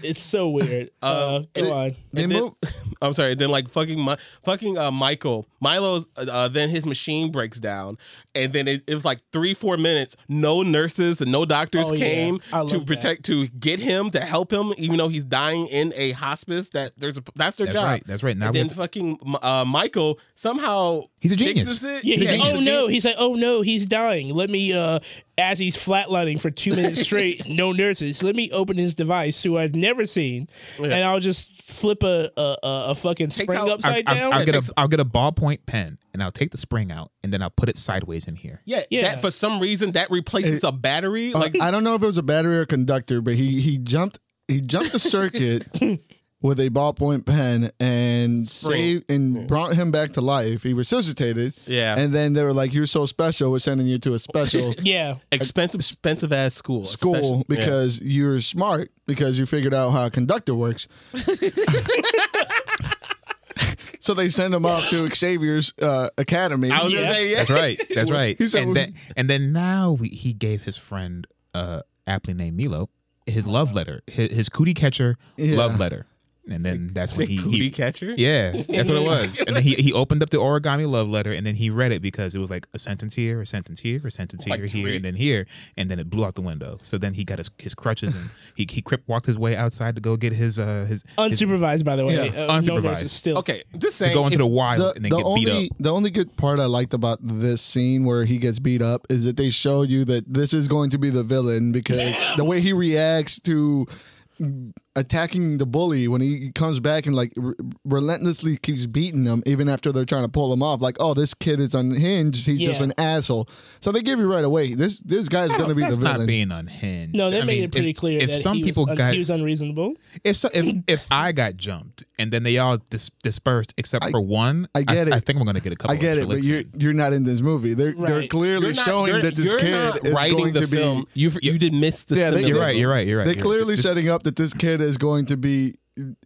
Speaker 4: It's so Uh, weird. uh,
Speaker 3: Um,
Speaker 4: go on.
Speaker 1: they
Speaker 3: And then-
Speaker 1: move
Speaker 3: [LAUGHS] I'm sorry. Then like fucking my fucking uh, Michael Milo's. Uh, uh, then his machine breaks down, and then it, it was like three four minutes. No nurses and no doctors
Speaker 4: Oh, yeah.
Speaker 3: came
Speaker 4: I love
Speaker 3: to
Speaker 4: that.
Speaker 3: protect to get him to help him, even though he's dying in a hospice. That there's a that's their
Speaker 2: That's
Speaker 3: job.
Speaker 2: right. That's right. Now
Speaker 3: And
Speaker 2: we
Speaker 3: then
Speaker 2: have to-
Speaker 3: fucking uh, Michael somehow
Speaker 2: He's a genius.
Speaker 3: fixes it.
Speaker 4: Yeah, he's
Speaker 3: Yeah,
Speaker 4: like, oh
Speaker 3: he's a
Speaker 4: no,
Speaker 3: genius.
Speaker 4: he's like, oh no, he's dying. Let me, uh, as he's flatlining for two minutes straight, no nurses. Let me open his device, who I've never seen, and I'll just flip a a, a, a fucking spring
Speaker 3: out-
Speaker 2: I,
Speaker 4: upside
Speaker 2: I,
Speaker 4: down.
Speaker 2: I'll get a I'll get a ballpoint pen and I'll take the spring out and then I'll put it sideways in here.
Speaker 3: Yeah,
Speaker 4: Yeah.
Speaker 3: That for some reason that replaces a battery.
Speaker 1: Uh,
Speaker 3: Like
Speaker 1: I don't know if it was a battery or a conductor, but he he jumped he jumped the
Speaker 3: [LAUGHS]
Speaker 1: circuit with a ballpoint pen and
Speaker 3: Spring.
Speaker 1: saved and brought him back to life. He resuscitated.
Speaker 3: Yeah.
Speaker 1: And then they were like, "You're so special. We're sending you to a
Speaker 3: [LAUGHS]
Speaker 1: special
Speaker 4: [LAUGHS] yeah,
Speaker 3: expensive, expensive ass school.
Speaker 1: school
Speaker 3: especially- yeah.
Speaker 1: because you're smart because you figured out how a conductor
Speaker 3: [LAUGHS]
Speaker 1: works." [LAUGHS] so they send him off to Xavier's uh, academy.
Speaker 3: I was
Speaker 4: Yeah.
Speaker 3: gonna say yeah.
Speaker 2: That's right.
Speaker 1: [LAUGHS]
Speaker 2: That's right.
Speaker 1: He said
Speaker 2: and
Speaker 1: we-
Speaker 2: then and then now we, he gave his friend uh aptly named Milo his love letter, his, his cootie catcher
Speaker 1: Yeah.
Speaker 2: love letter. And then that's when he,
Speaker 3: [LAUGHS] Cootie
Speaker 2: he
Speaker 3: catcher.
Speaker 2: yeah, that's
Speaker 1: [LAUGHS]
Speaker 2: what it was. And then he, he opened up the origami love letter and then he read it because it was like a sentence here, a sentence here, a sentence here,
Speaker 3: Like
Speaker 2: here,
Speaker 3: three.
Speaker 2: and then here. And then it blew out the window. So then he got his, his crutches and he, he crip walked his way outside to go get his uh his, his to
Speaker 4: unsupervised by the way.
Speaker 1: Yeah,
Speaker 4: Uh, no
Speaker 2: unsupervised.
Speaker 4: nurses still.
Speaker 3: Okay, just saying.
Speaker 2: go into
Speaker 3: if-
Speaker 2: the wild
Speaker 1: the,
Speaker 2: and then
Speaker 1: the
Speaker 2: get
Speaker 1: only
Speaker 2: beat up.
Speaker 1: the only good part I liked about this scene where he gets beat up is that they show you that this is going to be the villain because the way he reacts to attacking the bully when he comes back and like re- relentlessly keeps beating them even after they're trying to pull him off like oh this kid is unhinged he's just
Speaker 4: Yeah.
Speaker 1: an asshole so they give you right away this this guy's going to be the
Speaker 2: That's not
Speaker 1: villain
Speaker 2: being unhinged.
Speaker 4: No,
Speaker 2: I
Speaker 4: they made
Speaker 2: mean,
Speaker 4: it pretty
Speaker 2: if-
Speaker 4: clear
Speaker 2: if
Speaker 4: that
Speaker 2: some
Speaker 4: he,
Speaker 2: people
Speaker 4: was un-
Speaker 2: got
Speaker 4: he was unreasonable.
Speaker 2: If so, if if I got jumped and then they all dis- dispersed except for one,
Speaker 1: I get it.
Speaker 2: I think I'm gonna get a couple.
Speaker 1: I get
Speaker 2: extra
Speaker 1: it, but
Speaker 2: licks
Speaker 1: you're
Speaker 2: in.
Speaker 1: you're not in this movie. They're they're
Speaker 4: Right.
Speaker 1: clearly
Speaker 3: you're not-
Speaker 1: showing
Speaker 3: you're-
Speaker 1: that this
Speaker 3: you're
Speaker 1: kid
Speaker 3: not
Speaker 1: is
Speaker 3: writing
Speaker 1: going
Speaker 3: the
Speaker 1: to
Speaker 3: film.
Speaker 1: be
Speaker 3: You you did miss the.
Speaker 1: Yeah, they-
Speaker 3: symbolism.
Speaker 2: You're right. You're right. You're right.
Speaker 1: they're
Speaker 2: you're-
Speaker 1: clearly setting up that this kid is going to be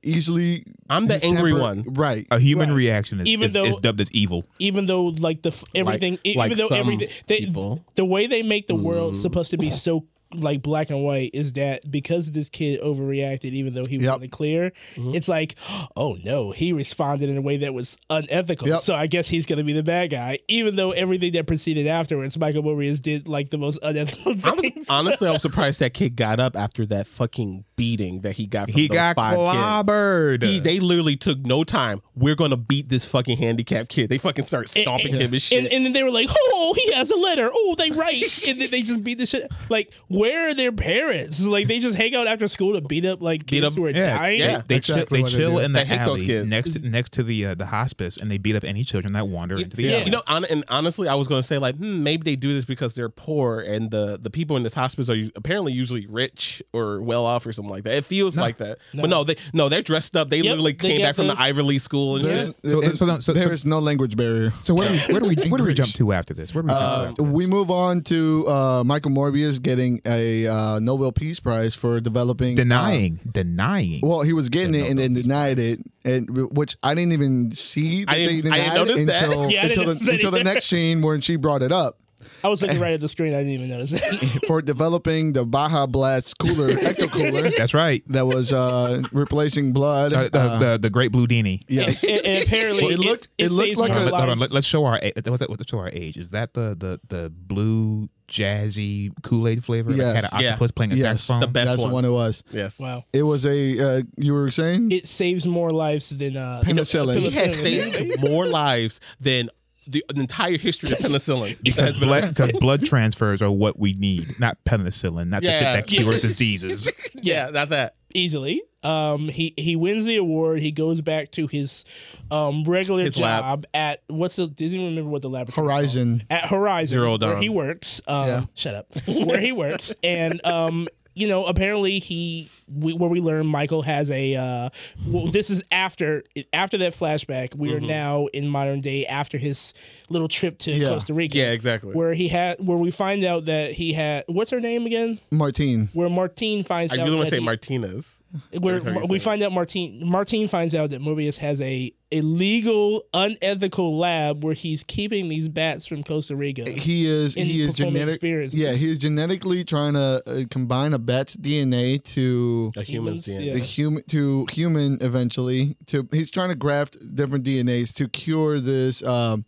Speaker 1: easily.
Speaker 3: I'm the angry
Speaker 1: temper-
Speaker 3: one.
Speaker 1: right?
Speaker 2: [LAUGHS] a human
Speaker 4: Right.
Speaker 2: reaction is,
Speaker 4: Even
Speaker 2: is,
Speaker 4: though-
Speaker 2: is dubbed as evil.
Speaker 4: even though like the f- everything e-
Speaker 3: like
Speaker 4: even though
Speaker 3: some
Speaker 4: everything they,
Speaker 3: people. Mm-hmm.
Speaker 4: the way they make the world supposed to
Speaker 3: [LAUGHS]
Speaker 4: be so like black and white is that because this kid overreacted even though he was
Speaker 1: Yep.
Speaker 4: in the clear
Speaker 3: Mm-hmm.
Speaker 4: it's like oh no he responded in a way that was unethical
Speaker 1: Yep.
Speaker 4: so i guess he's going to be the bad guy even though everything that preceded afterwards michael Morbius did like the most unethical
Speaker 3: I
Speaker 1: [LAUGHS]
Speaker 4: [LAUGHS]
Speaker 3: was,
Speaker 4: things
Speaker 3: honestly, I was surprised that kid got up after that fucking beating that he got. From
Speaker 2: He
Speaker 3: those
Speaker 2: got
Speaker 3: five kids.
Speaker 2: clobbered.
Speaker 3: He, they literally took no time. We're gonna beat this fucking handicapped kid. They fucking start stomping
Speaker 4: and-
Speaker 3: him and shit.
Speaker 4: and, and then they were like, "Oh, he has a letter. Oh, they write." and then they just beat the shit. Like, where are their parents? Like, they just hang out after school to beat up like kids
Speaker 3: up-
Speaker 4: who are dying.
Speaker 2: they,
Speaker 3: Yeah,
Speaker 2: they
Speaker 1: exactly
Speaker 2: chill.
Speaker 1: what
Speaker 2: They
Speaker 1: they
Speaker 2: chill
Speaker 1: do.
Speaker 2: in the
Speaker 3: They hate those
Speaker 2: alley
Speaker 3: kids.
Speaker 2: next next to the uh, the hospice, and they beat up any children that wander into the alley.
Speaker 3: You know, hon- and honestly, I was going to say like, hmm, maybe they do this because they're poor, and the the people in this hospice are u- apparently usually rich or well off or something like that. It feels like that, but no, they no, they're dressed up. They literally
Speaker 4: they
Speaker 3: came
Speaker 4: got
Speaker 3: back from the
Speaker 4: those-
Speaker 3: Ivy League school and
Speaker 1: There's-
Speaker 3: shit.
Speaker 2: So-
Speaker 1: it-
Speaker 2: so then- so-
Speaker 1: there
Speaker 2: so-
Speaker 1: is no language barrier.
Speaker 2: so where do we where do we where do we jump to after this? Where do we jump to
Speaker 1: Uh,
Speaker 2: after?
Speaker 1: we move on to uh, Michael Morbius getting a uh, Nobel Peace Prize for developing
Speaker 2: Denying, denying.
Speaker 1: uh, well, he was getting it and then denied it, and which I didn't even see. That
Speaker 3: I didn't-
Speaker 1: they
Speaker 3: I
Speaker 1: denied
Speaker 3: didn't notice that.
Speaker 1: until,
Speaker 3: [LAUGHS]
Speaker 4: Yeah, I didn't
Speaker 1: until,
Speaker 4: notice
Speaker 1: the,
Speaker 4: that
Speaker 1: until the
Speaker 4: either.
Speaker 1: next scene when she brought it up.
Speaker 4: I was looking right at the screen. I didn't even notice that.
Speaker 1: for developing the Baja Blast
Speaker 3: [LAUGHS]
Speaker 1: cooler, ecto cooler
Speaker 2: That's right.
Speaker 1: that was uh, replacing blood.
Speaker 2: The, the,
Speaker 1: Uh,
Speaker 2: the, the great blue deenie.
Speaker 1: [LAUGHS] yes.
Speaker 4: and, and apparently,
Speaker 1: Well, it looked-
Speaker 4: It,
Speaker 1: it looked
Speaker 4: saves
Speaker 1: like
Speaker 4: more
Speaker 1: a-
Speaker 2: Hold on, hold on,
Speaker 4: lives.
Speaker 2: Let, us show our a- what's that, what's show our age. Is that the the the blue jazzy Kool Aid flavor?
Speaker 1: Yes.
Speaker 2: That had an
Speaker 3: Yeah.
Speaker 2: octopus playing a
Speaker 1: Yes.
Speaker 2: saxophone.
Speaker 3: The best
Speaker 1: That's
Speaker 3: one.
Speaker 1: the one it was.
Speaker 3: Yes.
Speaker 4: wow.
Speaker 1: It was a, uh, you were saying?
Speaker 4: It saves more lives than uh,
Speaker 1: Penicillin.
Speaker 3: He has
Speaker 4: penicillin.
Speaker 3: saved more lives than the, the entire history of penicillin.
Speaker 2: Because blood, because blood transfers are what we need, not penicillin, not the shit
Speaker 3: Yeah.
Speaker 2: that [LAUGHS] cures diseases.
Speaker 3: yeah, not that.
Speaker 4: easily. Um, he he wins the award. He goes back to his um regular
Speaker 3: His lab.
Speaker 4: job at what's the doesn't even remember what the laboratory is called.
Speaker 1: Horizon.
Speaker 4: at Horizon
Speaker 3: Zero
Speaker 4: where
Speaker 3: Dawn.
Speaker 4: he works. Um,
Speaker 1: Yeah.
Speaker 4: Shut up. Where
Speaker 1: [LAUGHS]
Speaker 4: he works, and um, you know, apparently he we, where we learn Michael has a. Uh, well, this is after after that flashback. We
Speaker 3: Mm-hmm.
Speaker 4: are now in modern day after his little trip to
Speaker 1: Yeah.
Speaker 4: Costa Rica.
Speaker 3: Yeah, exactly.
Speaker 4: Where he had where we find out that he had what's her name again?
Speaker 1: Martine.
Speaker 4: Where Martine finds
Speaker 3: I
Speaker 4: out
Speaker 3: really
Speaker 4: that
Speaker 3: want to say
Speaker 4: he-
Speaker 3: Martinez.
Speaker 4: where
Speaker 3: Every time you
Speaker 4: we
Speaker 3: say it.
Speaker 4: find out Martine Martine finds out that Mobius has a illegal, unethical lab where he's keeping these bats from Costa Rica.
Speaker 1: He is
Speaker 4: In
Speaker 1: he is
Speaker 4: performing
Speaker 1: genetic.
Speaker 4: experiences.
Speaker 1: Yeah, he's genetically trying to uh, combine a bat's DNA to
Speaker 3: A human's
Speaker 4: Humans,
Speaker 3: DNA.
Speaker 1: the
Speaker 4: yeah.
Speaker 1: human to human eventually. To he's trying to graft different DNAs to cure this um,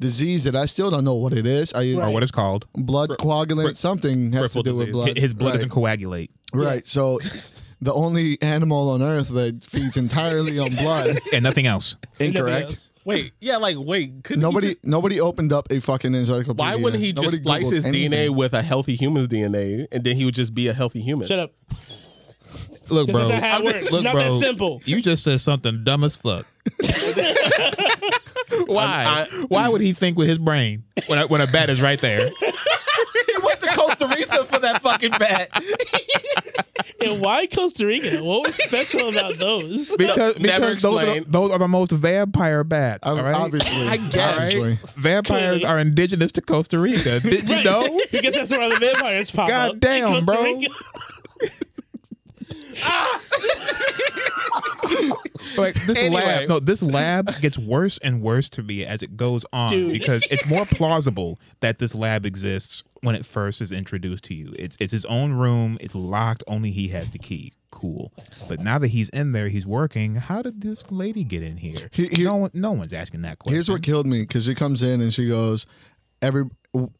Speaker 1: disease that I still don't know what it is. I
Speaker 2: or what it's called.
Speaker 1: blood coagulant something has to
Speaker 3: Cripple
Speaker 1: do with
Speaker 3: disease.
Speaker 1: blood.
Speaker 2: Hi- His blood
Speaker 1: right.
Speaker 2: doesn't coagulate.
Speaker 1: Right. So the only animal on earth that feeds entirely on blood. [LAUGHS]
Speaker 2: And nothing else.
Speaker 4: Nobody
Speaker 1: Incorrect.
Speaker 4: else.
Speaker 3: Wait, yeah, like wait, couldn't he
Speaker 1: Nobody
Speaker 3: just-
Speaker 1: nobody opened up a fucking encyclopedia.
Speaker 3: why wouldn't he just
Speaker 1: Nobody
Speaker 3: splice
Speaker 1: Googled
Speaker 3: his
Speaker 1: anything.
Speaker 3: DNA with a healthy human's DNA, and then he would just be a healthy human?
Speaker 4: Shut up.
Speaker 2: Look,
Speaker 4: That's
Speaker 2: bro.
Speaker 4: not how it works. It's
Speaker 2: Look,
Speaker 4: not
Speaker 2: bro,
Speaker 4: that simple.
Speaker 2: You just said something dumb as fuck. Why?
Speaker 3: I- [LAUGHS]
Speaker 2: Why would he think with his brain when a, when a bat is right there?
Speaker 3: he went to Costa Rica for that fucking bat.
Speaker 4: And why Costa Rica? What was special about those?
Speaker 2: Because,
Speaker 3: Never
Speaker 2: because those, are the,
Speaker 3: explained.
Speaker 2: those are the most vampire bats.
Speaker 1: Ob-
Speaker 2: all right?
Speaker 1: Obviously.
Speaker 3: I guess.
Speaker 1: Obviously.
Speaker 2: Vampires
Speaker 4: Clearly.
Speaker 2: are indigenous to Costa
Speaker 4: [LAUGHS]
Speaker 2: Rica. Did you
Speaker 4: Right.
Speaker 2: know?
Speaker 4: because that's where all the vampires pop
Speaker 2: God
Speaker 4: up.
Speaker 2: damn,
Speaker 4: In Costa
Speaker 2: bro.
Speaker 4: Rica. [LAUGHS]
Speaker 2: Like this
Speaker 3: Anyway.
Speaker 2: lab, no, this lab gets worse and worse to me as it goes on
Speaker 4: Dude.
Speaker 2: because it's
Speaker 4: [LAUGHS]
Speaker 2: more plausible that this lab exists when it first is introduced to you. It's it's his own room. It's locked. Only he has the key. Cool. But now that he's in there, he's working. How did this lady get in here?
Speaker 1: He- he-
Speaker 2: no one, no one's asking that question.
Speaker 1: Here's what killed me because she comes in and she goes, "Every,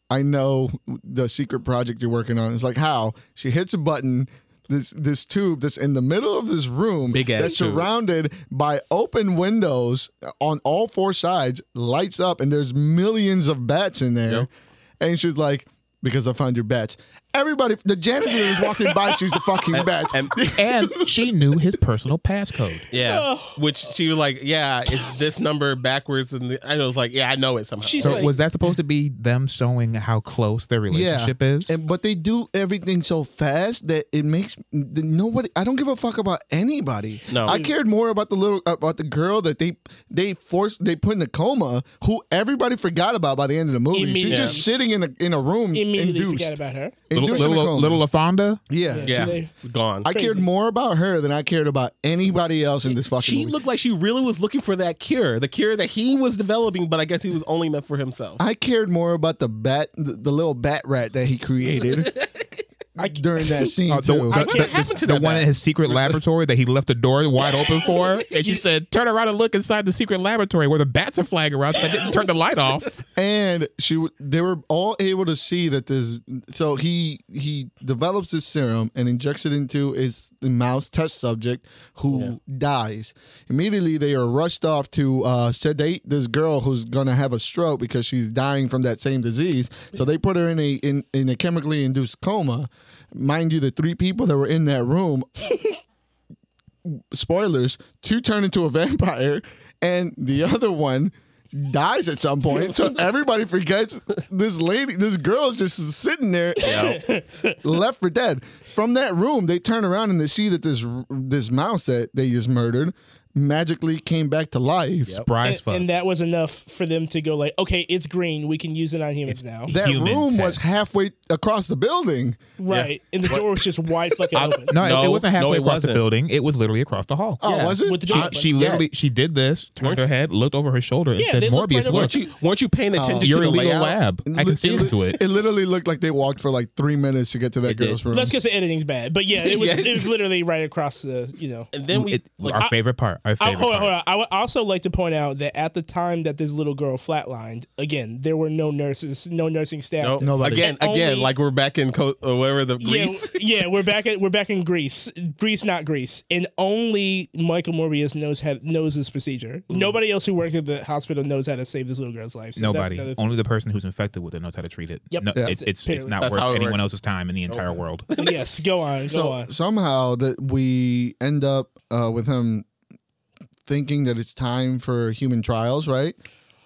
Speaker 1: I know the secret project you're working on." It's like how she hits a button. This this tube that's in the middle of this room
Speaker 3: Big ass
Speaker 1: that's
Speaker 3: tube.
Speaker 1: surrounded by open windows on all four sides lights up and there's millions of bats in there, and she's like, "Because I found your bats." Everybody, the janitor is walking by, sees the fucking bats.
Speaker 3: and-
Speaker 1: [LAUGHS]
Speaker 2: and she knew his personal passcode.
Speaker 3: Yeah,
Speaker 4: [LAUGHS] Oh.
Speaker 3: which she was like, "Yeah, is this number backwards?" And the- I was like, "Yeah, I know it somehow."
Speaker 4: She's
Speaker 2: So
Speaker 4: like,
Speaker 2: was that supposed to be them showing how close their relationship is?
Speaker 1: And but they do everything so fast that it makes the- nobody. I don't give a fuck about anybody.
Speaker 3: No.
Speaker 1: I cared more about the little uh, about the girl that they they forced they put in a coma, who everybody forgot about by the end of the movie. She's
Speaker 4: Immediately.
Speaker 1: just sitting in a in a room
Speaker 4: immediately
Speaker 1: induced,
Speaker 4: forgot about her.
Speaker 1: induced
Speaker 2: little
Speaker 1: in a
Speaker 2: little,
Speaker 1: coma.
Speaker 2: little Lafonda.
Speaker 1: yeah.
Speaker 4: Yeah.
Speaker 3: yeah,
Speaker 4: today.
Speaker 3: gone.
Speaker 1: I cared more about her than I cared about anybody else in this fucking.
Speaker 3: she
Speaker 1: movie.
Speaker 3: looked like she really was looking for that cure, the cure that he was developing, but I guess he was only meant for himself.
Speaker 1: I cared more about the bat, the, the little bat rat that he created during that scene
Speaker 2: Uh, the,
Speaker 1: too.
Speaker 2: the-
Speaker 3: What
Speaker 2: the-
Speaker 3: happened
Speaker 2: the-
Speaker 3: to
Speaker 2: the
Speaker 3: that
Speaker 2: one
Speaker 3: bat?
Speaker 2: in his secret laboratory that he left the door wide open for, and she said, "Turn around and look inside the secret laboratory where the bats are flying around." So I didn't turn the light off.
Speaker 1: and she w- they were all able to see that this so he he develops this serum and injects it into his mouse test subject who dies immediately they are rushed off to uh, sedate this girl who's gonna have a stroke because she's dying from that same disease so they put her in a in, in a chemically induced coma mind you the three people that were in that room spoilers, two turn into a [LAUGHS] vampire, and the other one dies at some point. So everybody forgets this lady, this girl's just sitting there, left for dead. From that room, they turn around and they see that this this mouse that they just murdered magically came back to life.
Speaker 2: Surprise!
Speaker 4: And,
Speaker 2: fuck.
Speaker 4: and that was enough for them to go like, okay, it's green. We can use it on humans now.
Speaker 1: That
Speaker 2: Human
Speaker 1: room was
Speaker 2: test.
Speaker 1: halfway across the building.
Speaker 4: right. And the door was just wide fucking open.
Speaker 2: no, it- it,
Speaker 3: No,
Speaker 2: wasn't
Speaker 3: no,
Speaker 2: halfway
Speaker 3: it
Speaker 2: across the
Speaker 3: wasn't.
Speaker 2: building. It was literally across the hall.
Speaker 1: Oh,
Speaker 3: Yeah.
Speaker 1: was it?
Speaker 4: With the
Speaker 2: she,
Speaker 4: door open.
Speaker 2: she
Speaker 3: yeah.
Speaker 2: literally she did this, turned her head, looked over her shoulder, and
Speaker 4: Yeah,
Speaker 2: said,
Speaker 4: they looked
Speaker 2: "Morbius,
Speaker 4: right over-
Speaker 2: look,
Speaker 3: weren't you weren't you paying attention to
Speaker 2: you're
Speaker 3: Oh. the
Speaker 2: in legal
Speaker 3: layout?
Speaker 2: lab. I can see
Speaker 1: [LAUGHS]
Speaker 2: into it."
Speaker 1: It literally looked like they walked for like three minutes to get to that
Speaker 3: It did.
Speaker 1: girl's room.
Speaker 4: That's because the editing's bad. But yeah, it was
Speaker 3: Yes.
Speaker 4: it was literally right across the you know.
Speaker 3: And then we
Speaker 2: It-
Speaker 3: like,
Speaker 2: our
Speaker 3: I-
Speaker 2: favorite part. Our
Speaker 4: I,
Speaker 2: favorite
Speaker 4: hold on,
Speaker 2: part.
Speaker 4: hold on. I would also like to point out that at the time that this little girl flatlined, again, there were no nurses, no nursing staff.
Speaker 3: no,
Speaker 4: to-
Speaker 1: Nobody.
Speaker 3: again,
Speaker 4: And
Speaker 3: again,
Speaker 4: only-
Speaker 3: like we're back in co- or whatever the
Speaker 4: Yeah,
Speaker 3: Greece.
Speaker 4: yeah, we're back at we're back in Greece. Greece, not Greece. And only Michael Morbius knows how knows this procedure.
Speaker 1: Mm.
Speaker 4: Nobody else who works at the hospital knows how to save this little girl's life. So that's another
Speaker 2: Nobody.
Speaker 4: thing.
Speaker 2: Only the person who's infected with it knows how to treat it.
Speaker 4: Yep.
Speaker 2: No,
Speaker 1: Yeah.
Speaker 2: it- it's it's
Speaker 4: Period.
Speaker 2: not
Speaker 3: That's
Speaker 2: worth
Speaker 3: how it
Speaker 2: anyone
Speaker 3: works.
Speaker 2: else's time in the entire world.
Speaker 4: yes,
Speaker 1: [LAUGHS]
Speaker 4: go on, go
Speaker 1: so
Speaker 4: on.
Speaker 1: somehow that we end up uh, with him thinking that it's time for human trials, right?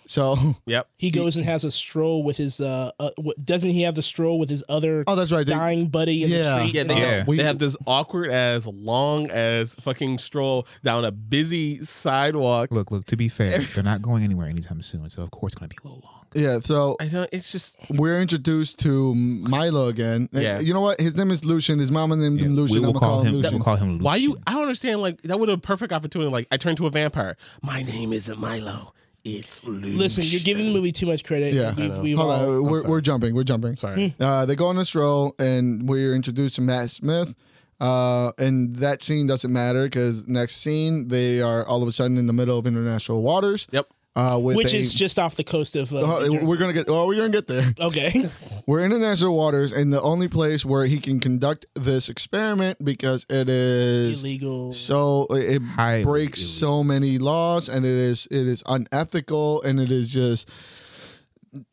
Speaker 1: So, [LAUGHS]
Speaker 3: Yep.
Speaker 4: He goes and has a stroll with his. Uh, uh, what- doesn't he have the stroll with his other
Speaker 1: oh, that's right. They-
Speaker 4: dying buddy in
Speaker 1: Yeah.
Speaker 4: the street?
Speaker 3: Yeah, they,
Speaker 4: Uh,
Speaker 2: Yeah.
Speaker 3: Have,
Speaker 1: We-
Speaker 3: they have this awkward as long as fucking stroll down a busy sidewalk.
Speaker 2: Look, look. To be fair, they're not going anywhere anytime soon, so of course it's gonna be a little long.
Speaker 1: yeah. So
Speaker 3: I don't. It's just
Speaker 1: we're introduced to Milo again.
Speaker 3: Yeah.
Speaker 1: You know what? His name is Lucian. His mama named him
Speaker 2: Yeah,
Speaker 1: Lucian.
Speaker 2: we
Speaker 1: I'm
Speaker 2: will
Speaker 1: gonna call, him
Speaker 2: We'll
Speaker 1: Lucian.
Speaker 2: call him.
Speaker 3: why you.
Speaker 2: Lucian.
Speaker 3: I don't understand. Like that would have a perfect opportunity. Like I turned to a vampire. My name isn't Milo. It's Lucian.
Speaker 4: Listen, you're giving the movie too much credit.
Speaker 1: Yeah.
Speaker 4: We've, we've
Speaker 1: Hold
Speaker 4: all-
Speaker 1: on, we're,
Speaker 3: sorry.
Speaker 1: we're jumping. We're jumping.
Speaker 3: Sorry.
Speaker 1: Uh, they go on a stroll, and we're introduced to Matt Smith. Uh, and that scene doesn't matter because next scene they are all of a sudden in the middle of international waters.
Speaker 3: Yep.
Speaker 1: Uh, with
Speaker 4: which
Speaker 1: a-
Speaker 4: is just off the coast of. Uh,
Speaker 1: Oh,
Speaker 4: New
Speaker 1: we're gonna get. Oh, we're gonna get there.
Speaker 4: Jer- okay.
Speaker 1: We're in international waters, and the only place where he can conduct this experiment because it is
Speaker 4: [LAUGHS] Illegal.
Speaker 1: so it
Speaker 2: Highly
Speaker 1: breaks so many laws, and it is it is unethical, and it is just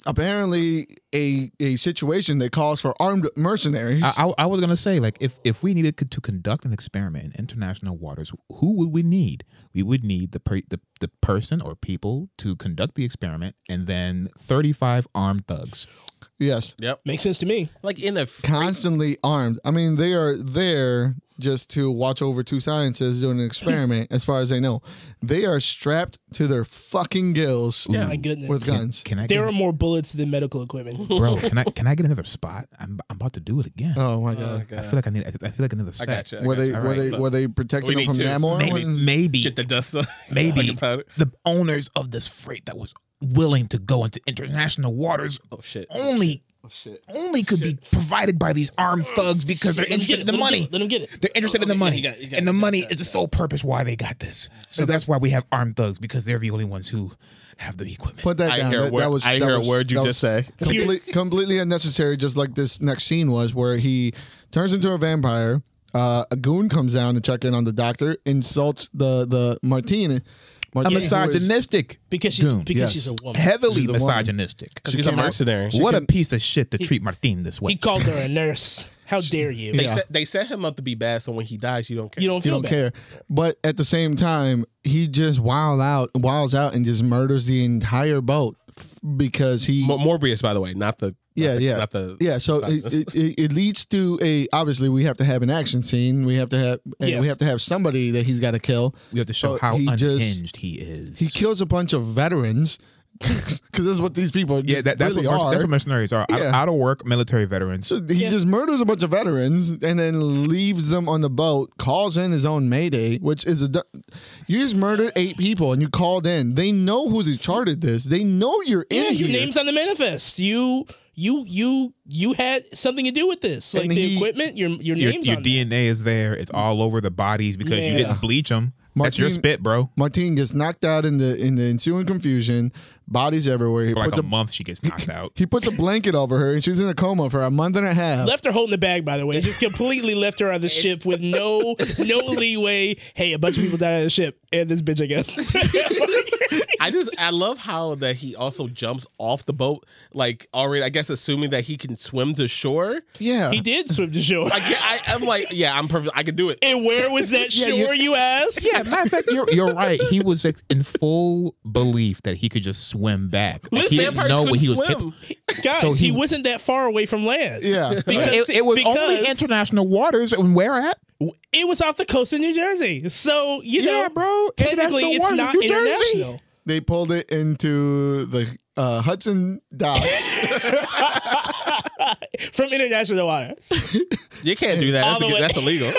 Speaker 1: apparently a a situation that calls for armed mercenaries.
Speaker 2: I, I, I was gonna say like if if we needed co- to conduct an experiment in international waters, who would we need? We would need the per, the the person or people to conduct the experiment, and then thirty five armed thugs.
Speaker 1: yes,
Speaker 3: Yep.
Speaker 4: Makes sense to me.
Speaker 3: Like in a
Speaker 1: constantly armed. I mean, they are there just to watch over two scientists doing an experiment. as far as they know, they are strapped to their fucking gills
Speaker 4: Oh my goodness.
Speaker 1: with guns.
Speaker 2: Can I
Speaker 4: there
Speaker 3: [LAUGHS]
Speaker 2: get,
Speaker 4: are more bullets than
Speaker 1: [LAUGHS]
Speaker 4: medical equipment.
Speaker 2: bro? Can I can I get another spot? I'm I'm about to do it again.
Speaker 1: Oh my god.
Speaker 2: I feel like I need. I feel like I need another set.
Speaker 3: I gotcha. I
Speaker 1: were they
Speaker 3: gotcha.
Speaker 1: were they
Speaker 3: Alright.
Speaker 1: were they protecting
Speaker 3: We
Speaker 1: them from
Speaker 3: need two.
Speaker 1: Namor?
Speaker 2: Maybe
Speaker 1: when-
Speaker 2: maybe
Speaker 3: get the dust [LAUGHS] on.
Speaker 2: Maybe.
Speaker 3: Like about it.
Speaker 2: the owners of this freight that was willing to go into international waters
Speaker 3: Oh shit.
Speaker 2: only only could be provided by these armed thugs because they're interested in the money.
Speaker 4: Let him get it. Oh,
Speaker 2: They're interested in the money, and the money is the sole purpose why they got this. So that's why we have armed thugs because they're the only ones who have the equipment.
Speaker 1: Put that
Speaker 3: I
Speaker 1: down.
Speaker 3: hear a
Speaker 1: that,
Speaker 3: word-
Speaker 1: that was,
Speaker 3: I
Speaker 1: that
Speaker 3: hear a
Speaker 1: was-
Speaker 3: word you
Speaker 1: that
Speaker 3: just
Speaker 1: was
Speaker 3: say. [LAUGHS]
Speaker 1: Complete, completely unnecessary, just like this next scene was, where he turns into a vampire. Uh, a goon comes down to check in on the doctor, insults the the Martine.
Speaker 2: a
Speaker 1: Martine who is-
Speaker 2: misogynistic,
Speaker 4: Because she's
Speaker 2: Goon,
Speaker 4: because
Speaker 1: yes.
Speaker 4: she's a woman.
Speaker 2: heavily
Speaker 1: She's a woman.
Speaker 2: misogynistic.
Speaker 3: She's a mercenary.
Speaker 2: What a piece of shit to treat Martin this way.
Speaker 4: He called her a nurse. How dare you?
Speaker 3: They, set, they set him up to be bad, so when he dies, you don't care.
Speaker 4: You don't
Speaker 1: You
Speaker 4: feel
Speaker 1: don't
Speaker 4: bad.
Speaker 1: care, but at the same time, he just wild out, wiles out, and just murders the entire boat f- because he
Speaker 3: Mo- Morbius, by the way, not the. not
Speaker 1: Yeah,
Speaker 3: the-
Speaker 1: yeah.
Speaker 3: Not the.
Speaker 1: Yeah, so
Speaker 3: Sorry.
Speaker 1: it, it, it, it leads to a obviously we have to have an action scene. We have to have and
Speaker 4: Yes.
Speaker 1: we have to have somebody that he's got to kill.
Speaker 2: we have to show
Speaker 1: So
Speaker 2: how
Speaker 1: Oh, he
Speaker 2: unhinged
Speaker 1: just-
Speaker 2: he is.
Speaker 1: He kills a bunch of veterans [LAUGHS] because that's what these people
Speaker 2: yeah, that, that's,
Speaker 1: really
Speaker 2: what, mer-
Speaker 1: are.
Speaker 2: that's what mercenaries are. Out,
Speaker 1: Yeah.
Speaker 2: out of work military veterans.
Speaker 1: So he
Speaker 4: Yeah.
Speaker 1: just murders a bunch of veterans and then leaves them on the boat. Calls in his own mayday, which is a du- you just murdered eight people and you called in. They know who's charted this. They know you're in
Speaker 4: Yeah,
Speaker 1: here.
Speaker 4: your name's on the manifest. You you you you had something to do with this, like
Speaker 1: And
Speaker 4: the
Speaker 1: he-
Speaker 4: equipment. Your your
Speaker 2: Your,
Speaker 4: name's
Speaker 2: your
Speaker 4: on there. Mm.
Speaker 2: DNA is there. It's all over the bodies because you
Speaker 4: Yeah.
Speaker 2: didn't bleach them. That's your
Speaker 1: Martin-
Speaker 2: spit, bro.
Speaker 1: Martine gets knocked out in the in the ensuing confusion. Bodies everywhere. He
Speaker 2: For like
Speaker 1: puts
Speaker 2: a
Speaker 1: a
Speaker 2: month, she gets knocked out.
Speaker 1: He puts a blanket over her and she's in a coma for a month and a half.
Speaker 4: Left her holding the bag, by the way. Just completely left her on the ship with no [LAUGHS] no leeway. Hey, a bunch of people died on the ship, and this bitch, I guess. [LAUGHS]
Speaker 3: I just I love how that he also jumps off the boat, like already. I guess assuming that he can swim to shore.
Speaker 1: yeah.
Speaker 4: he did swim to shore.
Speaker 3: I, get- I I'm like, yeah, I'm perfect. I can do it.
Speaker 4: And where was that
Speaker 2: Yeah, you-
Speaker 4: shore, you asked?
Speaker 2: [LAUGHS] Yeah, matter of fact, you're, you're right. He was like, in full belief that he could just swim back. Like,
Speaker 3: Listen,
Speaker 2: he didn't
Speaker 3: vampires
Speaker 2: know
Speaker 3: couldn't
Speaker 2: what he was
Speaker 3: swim.
Speaker 2: capable.
Speaker 4: Guys,
Speaker 2: So
Speaker 4: he,
Speaker 2: he-
Speaker 4: wasn't that far away from land. [LAUGHS]
Speaker 1: yeah.
Speaker 4: Because-
Speaker 2: It, it was only
Speaker 4: because-
Speaker 2: international waters, and where at?
Speaker 4: It was off the coast of New Jersey. So, you
Speaker 2: Yeah,
Speaker 4: know,
Speaker 2: bro. International
Speaker 4: technically it's
Speaker 2: waters,
Speaker 4: not
Speaker 2: New Jersey.
Speaker 4: international.
Speaker 1: they pulled it into the uh, Hudson docks.
Speaker 4: [LAUGHS] From international waters.
Speaker 3: You can't do that.
Speaker 4: All
Speaker 3: That's,
Speaker 4: the
Speaker 3: ag-
Speaker 4: way- [LAUGHS]
Speaker 3: that's illegal.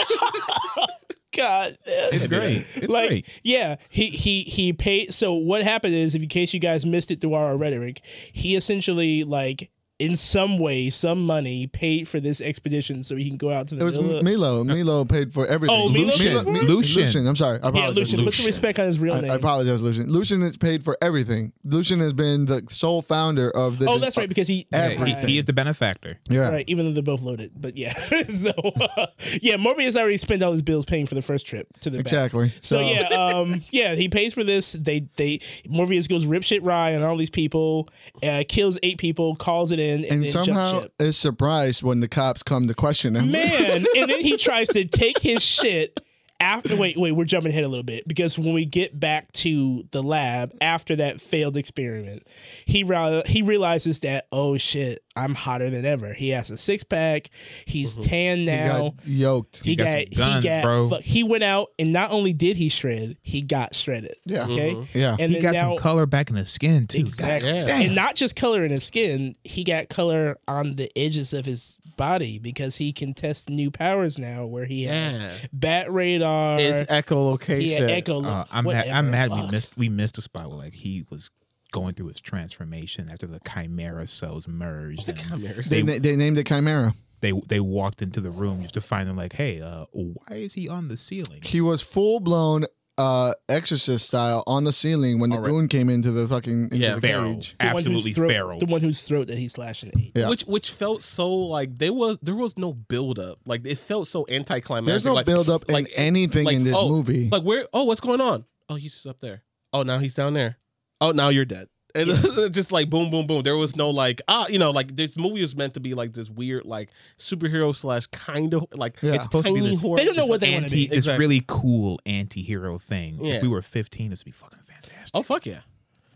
Speaker 4: God.
Speaker 2: It's great. It's
Speaker 4: like
Speaker 2: great.
Speaker 4: yeah he he he paid so what happened is if in case you guys missed it through our rhetoric he essentially like in some way some money paid for this expedition so he can go out to
Speaker 1: It
Speaker 4: the [LAUGHS]
Speaker 1: was
Speaker 4: middle of-
Speaker 1: Milo. Milo paid for everything.
Speaker 4: Oh, Milo paid
Speaker 1: Milo-
Speaker 4: for
Speaker 1: Mi-
Speaker 4: it?
Speaker 2: Lucian.
Speaker 1: I'm sorry. I
Speaker 4: yeah
Speaker 1: apologize.
Speaker 4: lucian, put some respect on his real
Speaker 1: I,
Speaker 4: name
Speaker 1: I apologize, Lucian. Lucian has paid for everything. Lucian has been the sole founder of the.
Speaker 4: oh that's right because he
Speaker 2: Yeah, he,
Speaker 1: Everything.
Speaker 2: he is the benefactor.
Speaker 1: Yeah.
Speaker 4: Right, even though they're both loaded, but yeah. [LAUGHS] so uh, yeah, Morbius already spent all his bills paying for the first trip to the back.
Speaker 1: Exactly.
Speaker 4: So, yeah,
Speaker 1: [LAUGHS]
Speaker 4: um, yeah, he pays for this. They they Morbius goes rip shit rye on all these people, uh, kills eight people, calls it in, and,
Speaker 1: And
Speaker 4: then jumps
Speaker 1: somehow
Speaker 4: ship.
Speaker 1: is surprised when the cops come to question him.
Speaker 4: Man, and then he tries to take his shit after wait wait we're jumping ahead a little bit because when we get back to the lab after that failed experiment he ra- he realizes that oh shit i'm hotter than ever he has a six-pack he's
Speaker 2: Mm-hmm.
Speaker 4: tan
Speaker 1: He
Speaker 4: now
Speaker 1: got yoked.
Speaker 4: he
Speaker 2: got
Speaker 4: got,
Speaker 2: some
Speaker 4: he got,
Speaker 2: guns, bro.
Speaker 4: fuck- he went out and not only did he shred he got shredded
Speaker 1: Yeah.
Speaker 4: okay
Speaker 1: yeah.
Speaker 4: and
Speaker 2: he
Speaker 4: then
Speaker 2: got
Speaker 4: now,
Speaker 2: some color back in his skin too.
Speaker 4: Exactly.
Speaker 3: God damn.
Speaker 4: And not just color in his skin, he got color on the edges of his body because he can test new powers now where he has
Speaker 3: Yeah.
Speaker 4: bat radar.
Speaker 3: It's echolocation.
Speaker 4: he had echo.
Speaker 2: Uh, I'm mad, I'm mad we missed we missed a spot where like he was going through his transformation after the chimera cells merged and
Speaker 1: They,
Speaker 2: they,
Speaker 1: na- they named it Chimera.
Speaker 2: they they walked into the room just to find him like hey uh why is he on the ceiling
Speaker 1: He was full blown uh exorcist style on the ceiling when the
Speaker 2: Alright.
Speaker 1: goon came into the fucking into
Speaker 3: Yeah,
Speaker 1: the
Speaker 2: feral
Speaker 1: cage.
Speaker 2: absolutely
Speaker 4: throat,
Speaker 2: feral
Speaker 4: The one whose throat that he slashed and ate.
Speaker 1: Yeah.
Speaker 3: Which which felt so like there was there was no build up. Like it felt so anticlimactic.
Speaker 1: There's no
Speaker 3: like,
Speaker 1: build up
Speaker 3: like,
Speaker 1: in anything
Speaker 3: like,
Speaker 1: in this
Speaker 3: oh,
Speaker 1: movie.
Speaker 3: Like where? Oh, what's going on? Oh, he's just up there. Oh, now he's down there. Oh, now you're dead. And [LAUGHS] just like boom, boom, boom. There was no like ah, you know, like this movie was meant to be like this weird like superhero slash kind of like
Speaker 1: Yeah.
Speaker 3: it's
Speaker 2: Supposed to be
Speaker 3: tiny
Speaker 2: this-
Speaker 3: horror.
Speaker 4: They don't know
Speaker 3: this
Speaker 4: what they want to
Speaker 2: anti
Speaker 4: be.
Speaker 2: this
Speaker 3: Exactly.
Speaker 2: really cool anti-hero thing
Speaker 3: Yeah.
Speaker 2: if we were 15 this would be fucking fantastic
Speaker 3: Oh fuck yeah!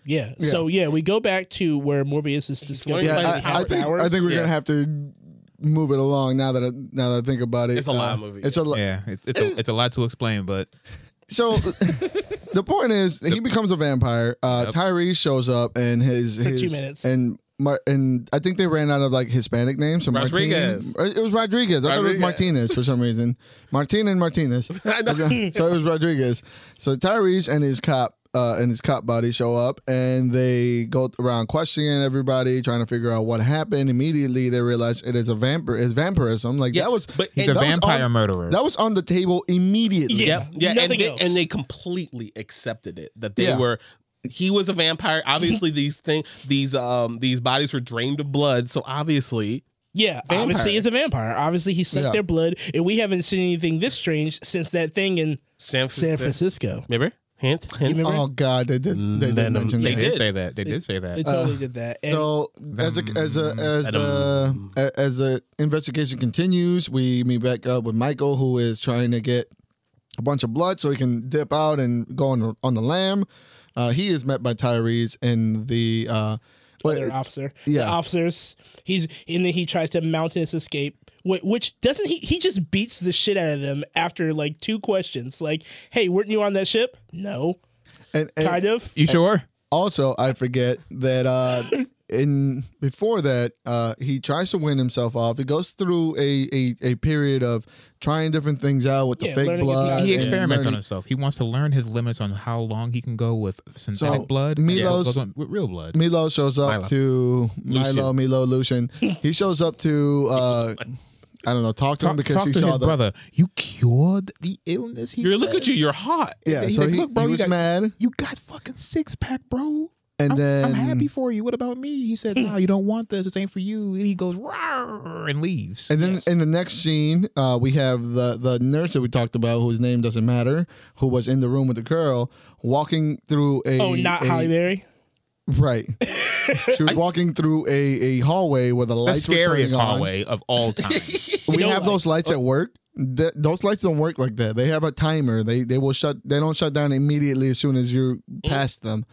Speaker 4: Yeah. So yeah, we go back to where Morbius is discovering
Speaker 1: yeah,
Speaker 3: like
Speaker 4: his
Speaker 3: the
Speaker 1: I, I
Speaker 4: power
Speaker 1: think
Speaker 4: powers.
Speaker 1: I think we're
Speaker 3: Yeah.
Speaker 1: gonna have to move it along now that I, now that I think about it. Uh,
Speaker 3: It's a lot of movie,
Speaker 1: It's a lot.
Speaker 2: yeah it's it's
Speaker 3: eh.
Speaker 2: a, it's a lot to explain but
Speaker 1: So [LAUGHS] the point is, he becomes a vampire. Uh,
Speaker 2: Yep.
Speaker 1: Tyrese shows up and his
Speaker 4: two
Speaker 1: his
Speaker 4: minutes.
Speaker 1: and. Mar- and I think they ran out of like Hispanic names. So Martin-
Speaker 3: Rodriguez.
Speaker 1: It was Rodriguez. I thought it was
Speaker 3: Rodriguez.
Speaker 1: Martinez for some reason. Martin and Martinez.
Speaker 3: [LAUGHS] I know.
Speaker 1: [LAUGHS] so it was Rodriguez. So Tyrese and his cop uh, and his cop body show up, and they go around questioning everybody, trying to figure out what happened. Immediately, they realize it is a vampire. Is vampirism like
Speaker 3: Yeah,
Speaker 1: that was
Speaker 3: but
Speaker 2: he's
Speaker 3: and
Speaker 2: a
Speaker 1: that was
Speaker 2: vampire
Speaker 1: on-
Speaker 2: murderer
Speaker 1: that was on the table immediately.
Speaker 4: Yeah.
Speaker 3: Yep. Yeah.
Speaker 4: Nothing
Speaker 3: and, they,
Speaker 4: else.
Speaker 3: and they completely accepted it that they
Speaker 1: Yeah.
Speaker 3: were. He was
Speaker 4: [LAUGHS]
Speaker 3: a vampire. Obviously, these thing, these um, these bodies were drained of blood. So obviously,
Speaker 4: Yeah,
Speaker 3: Vampire.
Speaker 4: obviously he's a vampire. Obviously he sucked
Speaker 1: Yeah.
Speaker 4: their blood, and we haven't seen anything this strange since that thing in
Speaker 3: San
Speaker 4: San
Speaker 3: Francisco.
Speaker 4: Francisco.
Speaker 3: Remember? Hint, hint.
Speaker 4: remember?
Speaker 1: Oh God, they did. They did
Speaker 3: Venom.
Speaker 1: mention
Speaker 2: they
Speaker 1: that.
Speaker 2: did say that they did say
Speaker 4: They
Speaker 2: that
Speaker 4: totally did that. And
Speaker 1: So as a, as a, as the
Speaker 3: Venom.
Speaker 1: as the investigation continues, we meet back up with Michael, who is trying to get a bunch of blood so he can dip out and go on the, on the lamb. Uh, he is met by Tyrese and the uh, what-
Speaker 4: other officer.
Speaker 1: yeah.
Speaker 4: The officers. He's and then he tries to mount his escape. wh- Which doesn't he? He just beats the shit out of them after like two questions. Like, hey, weren't you on that ship? No,
Speaker 1: and, and
Speaker 4: kind of.
Speaker 2: you sure
Speaker 1: also I forget that uh, in before that uh, he tries to win himself off. He goes through a, a, a period of trying different things out with the
Speaker 4: Yeah,
Speaker 1: fake
Speaker 4: learning his
Speaker 1: blood.
Speaker 4: mind.
Speaker 2: he
Speaker 1: and
Speaker 2: experiments on
Speaker 1: learning-
Speaker 2: himself. He wants to learn his limits on how long he can go with synthetic
Speaker 1: So,
Speaker 2: blood,
Speaker 1: Milo's-
Speaker 2: with, with- with real blood.
Speaker 1: Milo shows up
Speaker 2: Milo.
Speaker 1: to Milo,
Speaker 3: Lucian.
Speaker 1: Milo, Lucian. He shows up to uh I don't know, talk to him
Speaker 2: Talk,
Speaker 1: because
Speaker 2: talk
Speaker 1: he
Speaker 2: to
Speaker 1: saw
Speaker 2: hys
Speaker 1: the
Speaker 2: brother. You cured the illness. He
Speaker 3: You're look
Speaker 2: says?
Speaker 3: at you. You're hot.
Speaker 1: Yeah,
Speaker 2: He's
Speaker 1: so
Speaker 2: like,
Speaker 1: he,
Speaker 2: "Look, bro,
Speaker 1: he
Speaker 2: you
Speaker 1: was
Speaker 2: got-
Speaker 1: mad
Speaker 2: You got fucking six pack, bro.
Speaker 1: and
Speaker 2: I'm,
Speaker 1: then
Speaker 2: I'm happy for you. What about me? He said, No, you don't want this. This ain't for you. And he goes Rawr, and leaves.
Speaker 1: and then
Speaker 4: Yes.
Speaker 1: in the next scene, uh, we have the, the nurse that we talked about, whose name doesn't matter, who was in the room with the girl, walking through a
Speaker 4: Oh, not
Speaker 1: a-
Speaker 4: Holly Berry.
Speaker 1: right. she
Speaker 2: [LAUGHS]
Speaker 1: was walking through a, a hallway where the
Speaker 2: the
Speaker 1: lights were
Speaker 2: scariest
Speaker 1: turning on.
Speaker 2: hallway of
Speaker 1: [LAUGHS]
Speaker 2: all time.
Speaker 1: we
Speaker 4: No
Speaker 1: have those lights at work. Th- those lights don't work like that. They have a timer. They they will shut. They don't shut down immediately as soon as you're past them.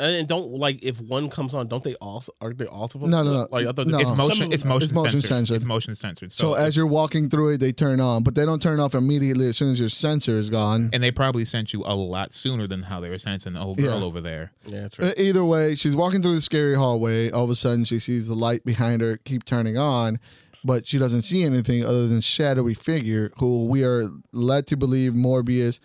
Speaker 3: And and don't like if one comes on, don't they also are they also
Speaker 1: No, no, no.
Speaker 3: like I thought
Speaker 1: No.
Speaker 2: it's
Speaker 1: Some
Speaker 4: of
Speaker 2: motion. It's
Speaker 4: them-
Speaker 2: motion,
Speaker 1: Oh. It's motion
Speaker 2: censored.
Speaker 1: censored.
Speaker 2: It's motion censored. So,
Speaker 1: So as you're walking through it, they turn on, but they don't turn off immediately as soon as your sensor is gone.
Speaker 2: and they probably sent you a lot sooner than how they were sensing the old girl
Speaker 1: Yeah.
Speaker 2: over there.
Speaker 3: yeah, that's
Speaker 1: Uh, Either way, she's walking through the scary hallway. All of a sudden, she sees the light behind her keep turning on, but she doesn't see anything other than shadowy figure who we are led to believe Morbius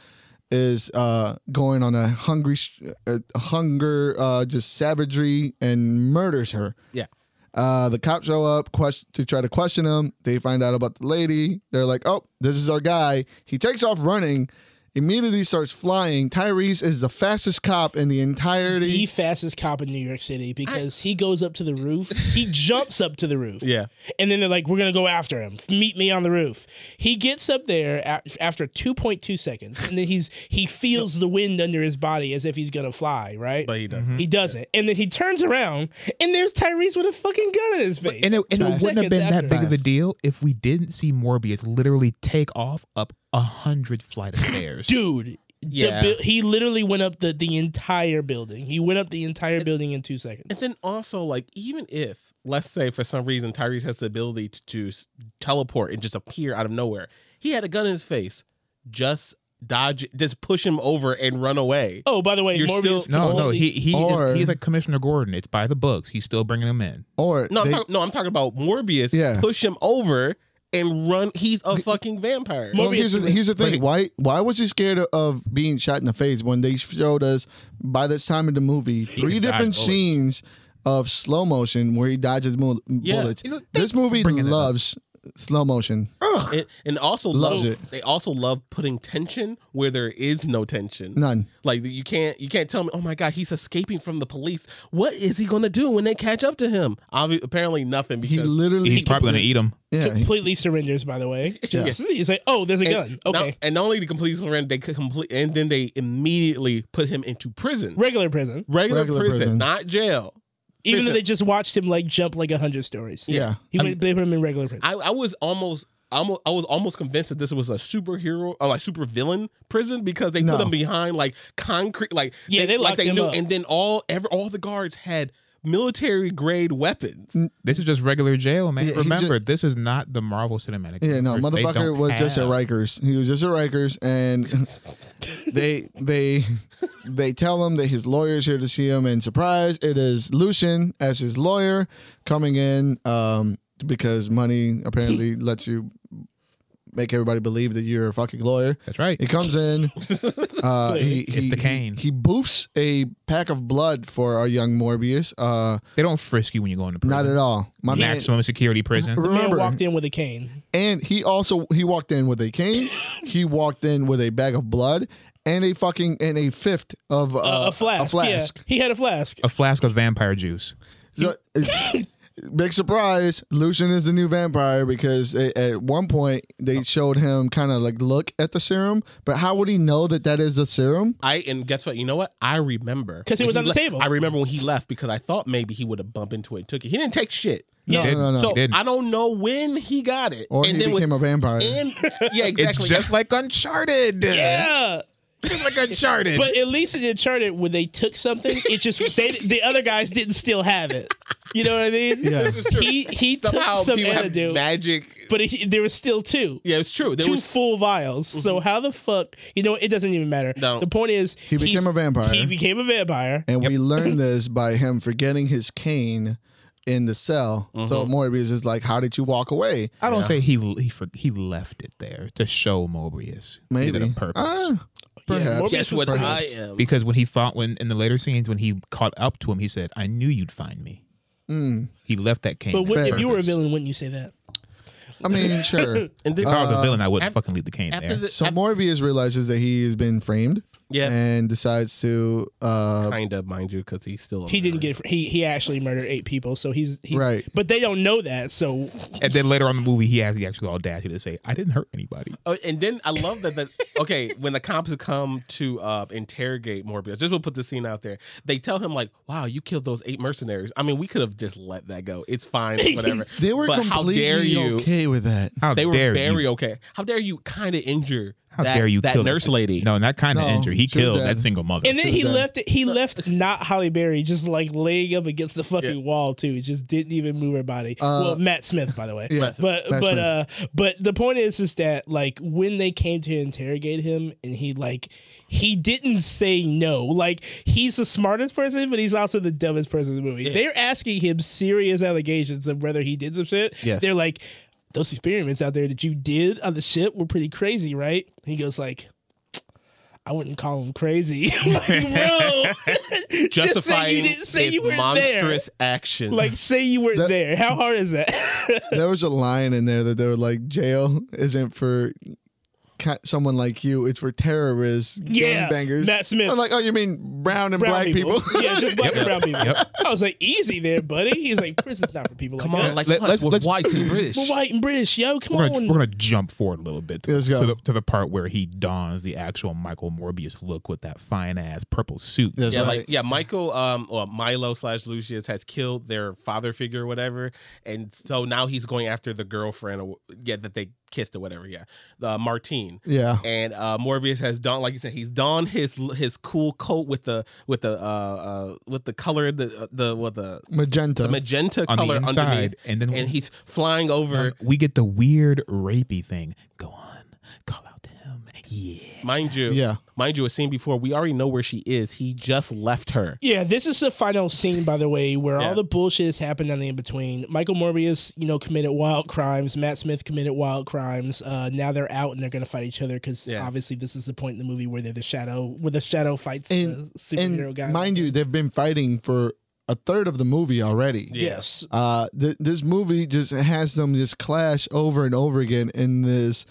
Speaker 1: is uh, going on a hungry, sh- uh, hunger, uh, just savagery, and murders her.
Speaker 3: Yeah.
Speaker 1: Uh, the cops show up quest- to try to question him. They find out about the lady. They're like, "Oh, this is our guy." He takes off running. Immediately starts flying. Tyrese is the fastest cop in the entirety.
Speaker 4: The fastest cop in New York City because he goes up to the roof. He jumps up to the roof.
Speaker 3: Yeah.
Speaker 4: And then they're like, we're going to go after him. Meet me on the roof. He gets up there a after 2.2 seconds and then he's he feels the wind under his body as if he's going to fly, right?
Speaker 3: But he
Speaker 2: Mm-hmm.
Speaker 3: doesn't.
Speaker 4: He doesn't. And then he turns around and there's Tyrese with a fucking gun in his face.
Speaker 2: And it, and it
Speaker 4: Two
Speaker 2: wouldn't have
Speaker 4: seconds
Speaker 2: been that
Speaker 4: after.
Speaker 2: big of a
Speaker 1: Fast.
Speaker 2: deal if we didn't see Morbius literally take off up a hundred
Speaker 4: [LAUGHS]
Speaker 2: flight of stairs.
Speaker 4: dude. the
Speaker 3: Yeah.
Speaker 4: bu- he literally went up the, the entire building. He went up the entire building in two seconds.
Speaker 3: And then also, like, even if, let's say, for some reason, Tyrese has the ability to, to s- teleport and just appear out of nowhere, he had a gun in his face, just dodge, just push him over and run away.
Speaker 4: Oh, by the way,
Speaker 3: You're
Speaker 4: Morbius.
Speaker 3: still-
Speaker 2: No, no,
Speaker 4: completely-
Speaker 2: he he
Speaker 1: Or-
Speaker 2: is, he's like Commissioner Gordon. It's by the books. He's still bringing them in.
Speaker 1: Or
Speaker 3: No, I'm
Speaker 1: they-
Speaker 3: talk- no, I'm talking about Morbius.
Speaker 1: Yeah.
Speaker 3: push him over and run. He's a fucking vampire.
Speaker 4: Mor-
Speaker 1: Well, here's, the,
Speaker 4: Morbius-
Speaker 1: here's the
Speaker 2: but
Speaker 1: thing.
Speaker 2: he-
Speaker 1: Why why was he scared of being shot in the face when they showed us by this time in the movie three
Speaker 2: can dodge
Speaker 1: different
Speaker 2: bullets.
Speaker 1: scenes of slow motion where he dodges mul-
Speaker 3: Yeah.
Speaker 1: bullets?
Speaker 2: You know, they-
Speaker 1: This movie
Speaker 2: bringing it up.
Speaker 1: loves slow motion.
Speaker 3: And, and also
Speaker 1: Loves
Speaker 3: love,
Speaker 1: it.
Speaker 3: They also love putting tension where there is no tension.
Speaker 1: None.
Speaker 3: Like you can't you can't tell me. Oh my god, he's escaping from the police. What is he gonna do when they catch up to him? Obvi- apparently nothing
Speaker 1: He
Speaker 3: because
Speaker 1: literally
Speaker 2: He's probably gonna eat them.
Speaker 1: Yeah, he-
Speaker 4: completely surrenders. By the way, Just- he's like, oh, there's a gun.
Speaker 3: not-
Speaker 4: Okay,
Speaker 3: and not only the complete surrender, they could complete and then they immediately put him into prison.
Speaker 4: regular prison.
Speaker 3: Regular,
Speaker 1: Regular
Speaker 3: prison,
Speaker 1: prison.
Speaker 3: not jail.
Speaker 4: Even though
Speaker 3: Prison.
Speaker 4: they just watched him like jump like a hundred stories.
Speaker 1: yeah.
Speaker 4: He went, they put him in regular prison.
Speaker 3: I, I was almost almost I was almost convinced that this was a superhero or like super villain prison because they
Speaker 1: No.
Speaker 3: put them behind like concrete like
Speaker 4: Yeah, they
Speaker 3: like
Speaker 4: locked
Speaker 3: they
Speaker 4: him
Speaker 3: knew
Speaker 4: up.
Speaker 3: and then all every all the guards had military grade weapons.
Speaker 2: This is just regular jail, man.
Speaker 1: Yeah, he
Speaker 2: Remember, this is not the Marvel Cinematic.
Speaker 1: Yeah, no,
Speaker 2: Universe. They
Speaker 1: motherfucker
Speaker 2: don't
Speaker 1: was just at
Speaker 2: have-
Speaker 1: Rikers. He was just at Rikers, and
Speaker 2: [LAUGHS]
Speaker 1: they they they tell him that his lawyer's here to see him. And surprise, it is Lucian as his lawyer coming in um, because money
Speaker 2: [LAUGHS]
Speaker 1: apparently lets you make everybody believe that you're a fucking lawyer.
Speaker 2: That's right.
Speaker 1: He comes
Speaker 2: [LAUGHS]
Speaker 1: in. Uh, he,
Speaker 2: It's
Speaker 1: he-
Speaker 2: the cane.
Speaker 1: He, he boofs a pack of blood for our young Morbius. Uh,
Speaker 2: They don't frisk you when you go into prison.
Speaker 1: not at all. My man.
Speaker 2: Maximum security prison.
Speaker 4: the man
Speaker 1: Remember,
Speaker 4: walked in with a cane.
Speaker 1: and he also he walked in with a cane. he walked in with a bag of blood and a fucking and a fifth of uh,
Speaker 4: Uh, a flask.
Speaker 1: A flask.
Speaker 4: Yeah, he had a flask.
Speaker 2: a flask of vampire juice.
Speaker 4: [LAUGHS]
Speaker 1: So, big surprise! Lucian is the new vampire because a- at one point they showed him kind of like look at the serum, but how would he know that that is the serum?
Speaker 3: I and guess what? You know what? I remember
Speaker 4: 'Cause he
Speaker 3: when
Speaker 4: was on the
Speaker 3: le-
Speaker 4: table.
Speaker 3: I remember when he left because I thought maybe he would have bumped into it and took it. He didn't take shit.
Speaker 1: No,
Speaker 4: Yeah.
Speaker 1: no, no, no.
Speaker 3: so
Speaker 2: he didn't.
Speaker 3: I don't know when he got it.
Speaker 1: or
Speaker 3: and
Speaker 1: he
Speaker 3: then with-
Speaker 1: became a vampire.
Speaker 2: [LAUGHS]
Speaker 3: and yeah, exactly.
Speaker 2: It's just like Uncharted.
Speaker 4: Yeah.
Speaker 2: It's like Uncharted.
Speaker 4: But at least in Uncharted, when they took something, it just
Speaker 3: [LAUGHS]
Speaker 4: they, the other guys didn't still have it. You know what I mean?
Speaker 1: Yeah.
Speaker 3: This is true.
Speaker 4: He he
Speaker 3: Somehow
Speaker 4: took [LAUGHS] some
Speaker 3: people have
Speaker 4: antidote,
Speaker 3: magic.
Speaker 4: but he, there was still two.
Speaker 3: Yeah, it's true. There
Speaker 4: two
Speaker 3: was Mm-hmm.
Speaker 4: full vials. So how the fuck? You know, it doesn't even matter.
Speaker 3: No.
Speaker 4: The point is,
Speaker 1: He became
Speaker 4: he's-
Speaker 1: a vampire.
Speaker 4: He became a vampire.
Speaker 1: And
Speaker 3: [LAUGHS]
Speaker 1: we learned this by him forgetting his cane in the cell. So
Speaker 3: Mm-hmm.
Speaker 1: Morbius is like, "How did you walk away?"
Speaker 2: I don't say he he for, he left it there to show Mobius. He did
Speaker 1: Maybe
Speaker 2: it on purpose.
Speaker 1: Ah,
Speaker 4: Yeah,
Speaker 1: perhaps.
Speaker 4: Morbius
Speaker 3: guess
Speaker 4: was
Speaker 3: what I
Speaker 4: perhaps-
Speaker 3: am.
Speaker 2: because when he fought when in the later scenes when he caught up to him, he said, "I knew you'd find me." He left that cane.
Speaker 4: But what,
Speaker 2: there on
Speaker 4: if you were a
Speaker 2: purpose.
Speaker 4: villain, wouldn't you say that?
Speaker 1: I mean,
Speaker 4: [LAUGHS]
Speaker 1: sure.
Speaker 3: And then,
Speaker 2: if I was a villain, I wouldn't
Speaker 3: after-
Speaker 2: fucking leave the cane
Speaker 3: after
Speaker 2: there.
Speaker 3: the-
Speaker 1: So Morbius realizes that he has been framed.
Speaker 3: Yeah.
Speaker 1: And decides to uh
Speaker 3: kind of, mind you, because he's still. a
Speaker 4: He didn't
Speaker 3: murderer.
Speaker 4: get. He he actually murdered eight people. So he's he,
Speaker 1: Right.
Speaker 4: But they don't know that. So
Speaker 2: and then later on in the movie, he has the actual audacity to say, "I didn't hurt anybody."
Speaker 3: Oh, and then I love that. The, okay, when the cops come to uh, interrogate Morbius, just will put the scene out there. They tell him like, "Wow, you killed those eight mercenaries. I mean, we could have just let that go. It's fine, whatever."
Speaker 1: they were
Speaker 3: but how
Speaker 1: completely
Speaker 3: dare you?
Speaker 1: okay with that.
Speaker 2: How
Speaker 3: They were
Speaker 2: dare you?
Speaker 3: very okay. How dare you kind of injure
Speaker 2: How
Speaker 3: that,
Speaker 2: dare you
Speaker 3: that
Speaker 2: kill
Speaker 3: nurse
Speaker 2: this-
Speaker 3: lady?
Speaker 2: No, not kind of
Speaker 1: No,
Speaker 2: injury. He
Speaker 1: she was
Speaker 2: killed
Speaker 1: dead.
Speaker 2: that single mother.
Speaker 4: and then he
Speaker 1: that.
Speaker 4: left. it- He left not Holly Berry just like laying up against the fucking wall too. It just didn't even move her body. well, Matt Smith, by the way.
Speaker 1: Uh, yeah,
Speaker 4: but
Speaker 1: Matt
Speaker 4: but
Speaker 1: Smith.
Speaker 4: uh but the point is is that like when they came to interrogate him and he like he didn't say no. Like he's the smartest person, but he's also the dumbest person in the movie. They're asking him serious allegations of whether he did some shit.
Speaker 3: Yes.
Speaker 4: They're like, those experiments out there that you did on the ship were pretty crazy, right? He goes like I wouldn't call him crazy. [LAUGHS]
Speaker 2: [LAUGHS]
Speaker 4: like, bro, [LAUGHS] just say you
Speaker 3: justifying
Speaker 4: didn't say
Speaker 3: his
Speaker 4: you were there.
Speaker 3: monstrous action.
Speaker 4: Like, say you weren't
Speaker 1: That-
Speaker 4: there. How hard is that? [LAUGHS]
Speaker 1: There was a line in there that they were like, jail isn't for ca- someone like you, it's for terrorists,
Speaker 4: Yeah,
Speaker 1: gangbangers.
Speaker 4: Matt Smith.
Speaker 1: I'm like, oh, you mean brown and black people? [LAUGHS]
Speaker 4: [LAUGHS] yeah, just black and brown people.
Speaker 2: Yep.
Speaker 4: I was like, easy there, buddy. He's like, prison's not for people
Speaker 3: come
Speaker 4: like
Speaker 3: on,
Speaker 4: us.
Speaker 3: like
Speaker 2: Let-
Speaker 3: us,
Speaker 2: let's-
Speaker 3: we're
Speaker 2: let's-
Speaker 3: white and British.
Speaker 4: we're white and British, yo. Come
Speaker 2: We're
Speaker 4: on.
Speaker 2: gonna, we're gonna jump forward a little bit to,
Speaker 1: Let's go.
Speaker 2: to the, to the part where he dons the actual Michael Morbius look with that fine ass purple suit.
Speaker 1: That's
Speaker 3: Yeah,
Speaker 1: right.
Speaker 3: like yeah, Michael um or Milo slash Lucius has killed their father figure or whatever, and so now he's going after the girlfriend or yeah that they kissed or whatever. Yeah, uh, Martine.
Speaker 1: Yeah.
Speaker 3: And uh, Morbius has donned, like you said, he's donned his his cool coat with the with the uh, uh with the color the uh, the with the,
Speaker 1: Magenta.
Speaker 3: the magenta
Speaker 2: on the
Speaker 3: color
Speaker 2: inside,
Speaker 3: underneath,
Speaker 2: and then
Speaker 3: and he's flying over.
Speaker 2: we get the weird rapey thing. Go on, call out to him. Yeah,
Speaker 3: Mind you,
Speaker 1: Yeah.
Speaker 3: Mind you, a scene before we already know where she is. He just left her.
Speaker 4: Yeah, this is the final scene, by the way, where
Speaker 3: Yeah.
Speaker 4: all the bullshit has happened on the in between. Michael Morbius, you know, committed wild crimes. Matt Smith committed wild crimes. Uh, now they're out and they're going to fight each other because
Speaker 3: Yeah.
Speaker 4: obviously this is the point in the movie where they're the shadow, where the shadow fights
Speaker 1: And-
Speaker 4: the superhero
Speaker 1: and
Speaker 4: guy.
Speaker 1: mind you, they've been fighting for a third of the movie already.
Speaker 3: Yeah.
Speaker 4: yes,
Speaker 1: Uh, th- this movie just has them just clash over and over again in this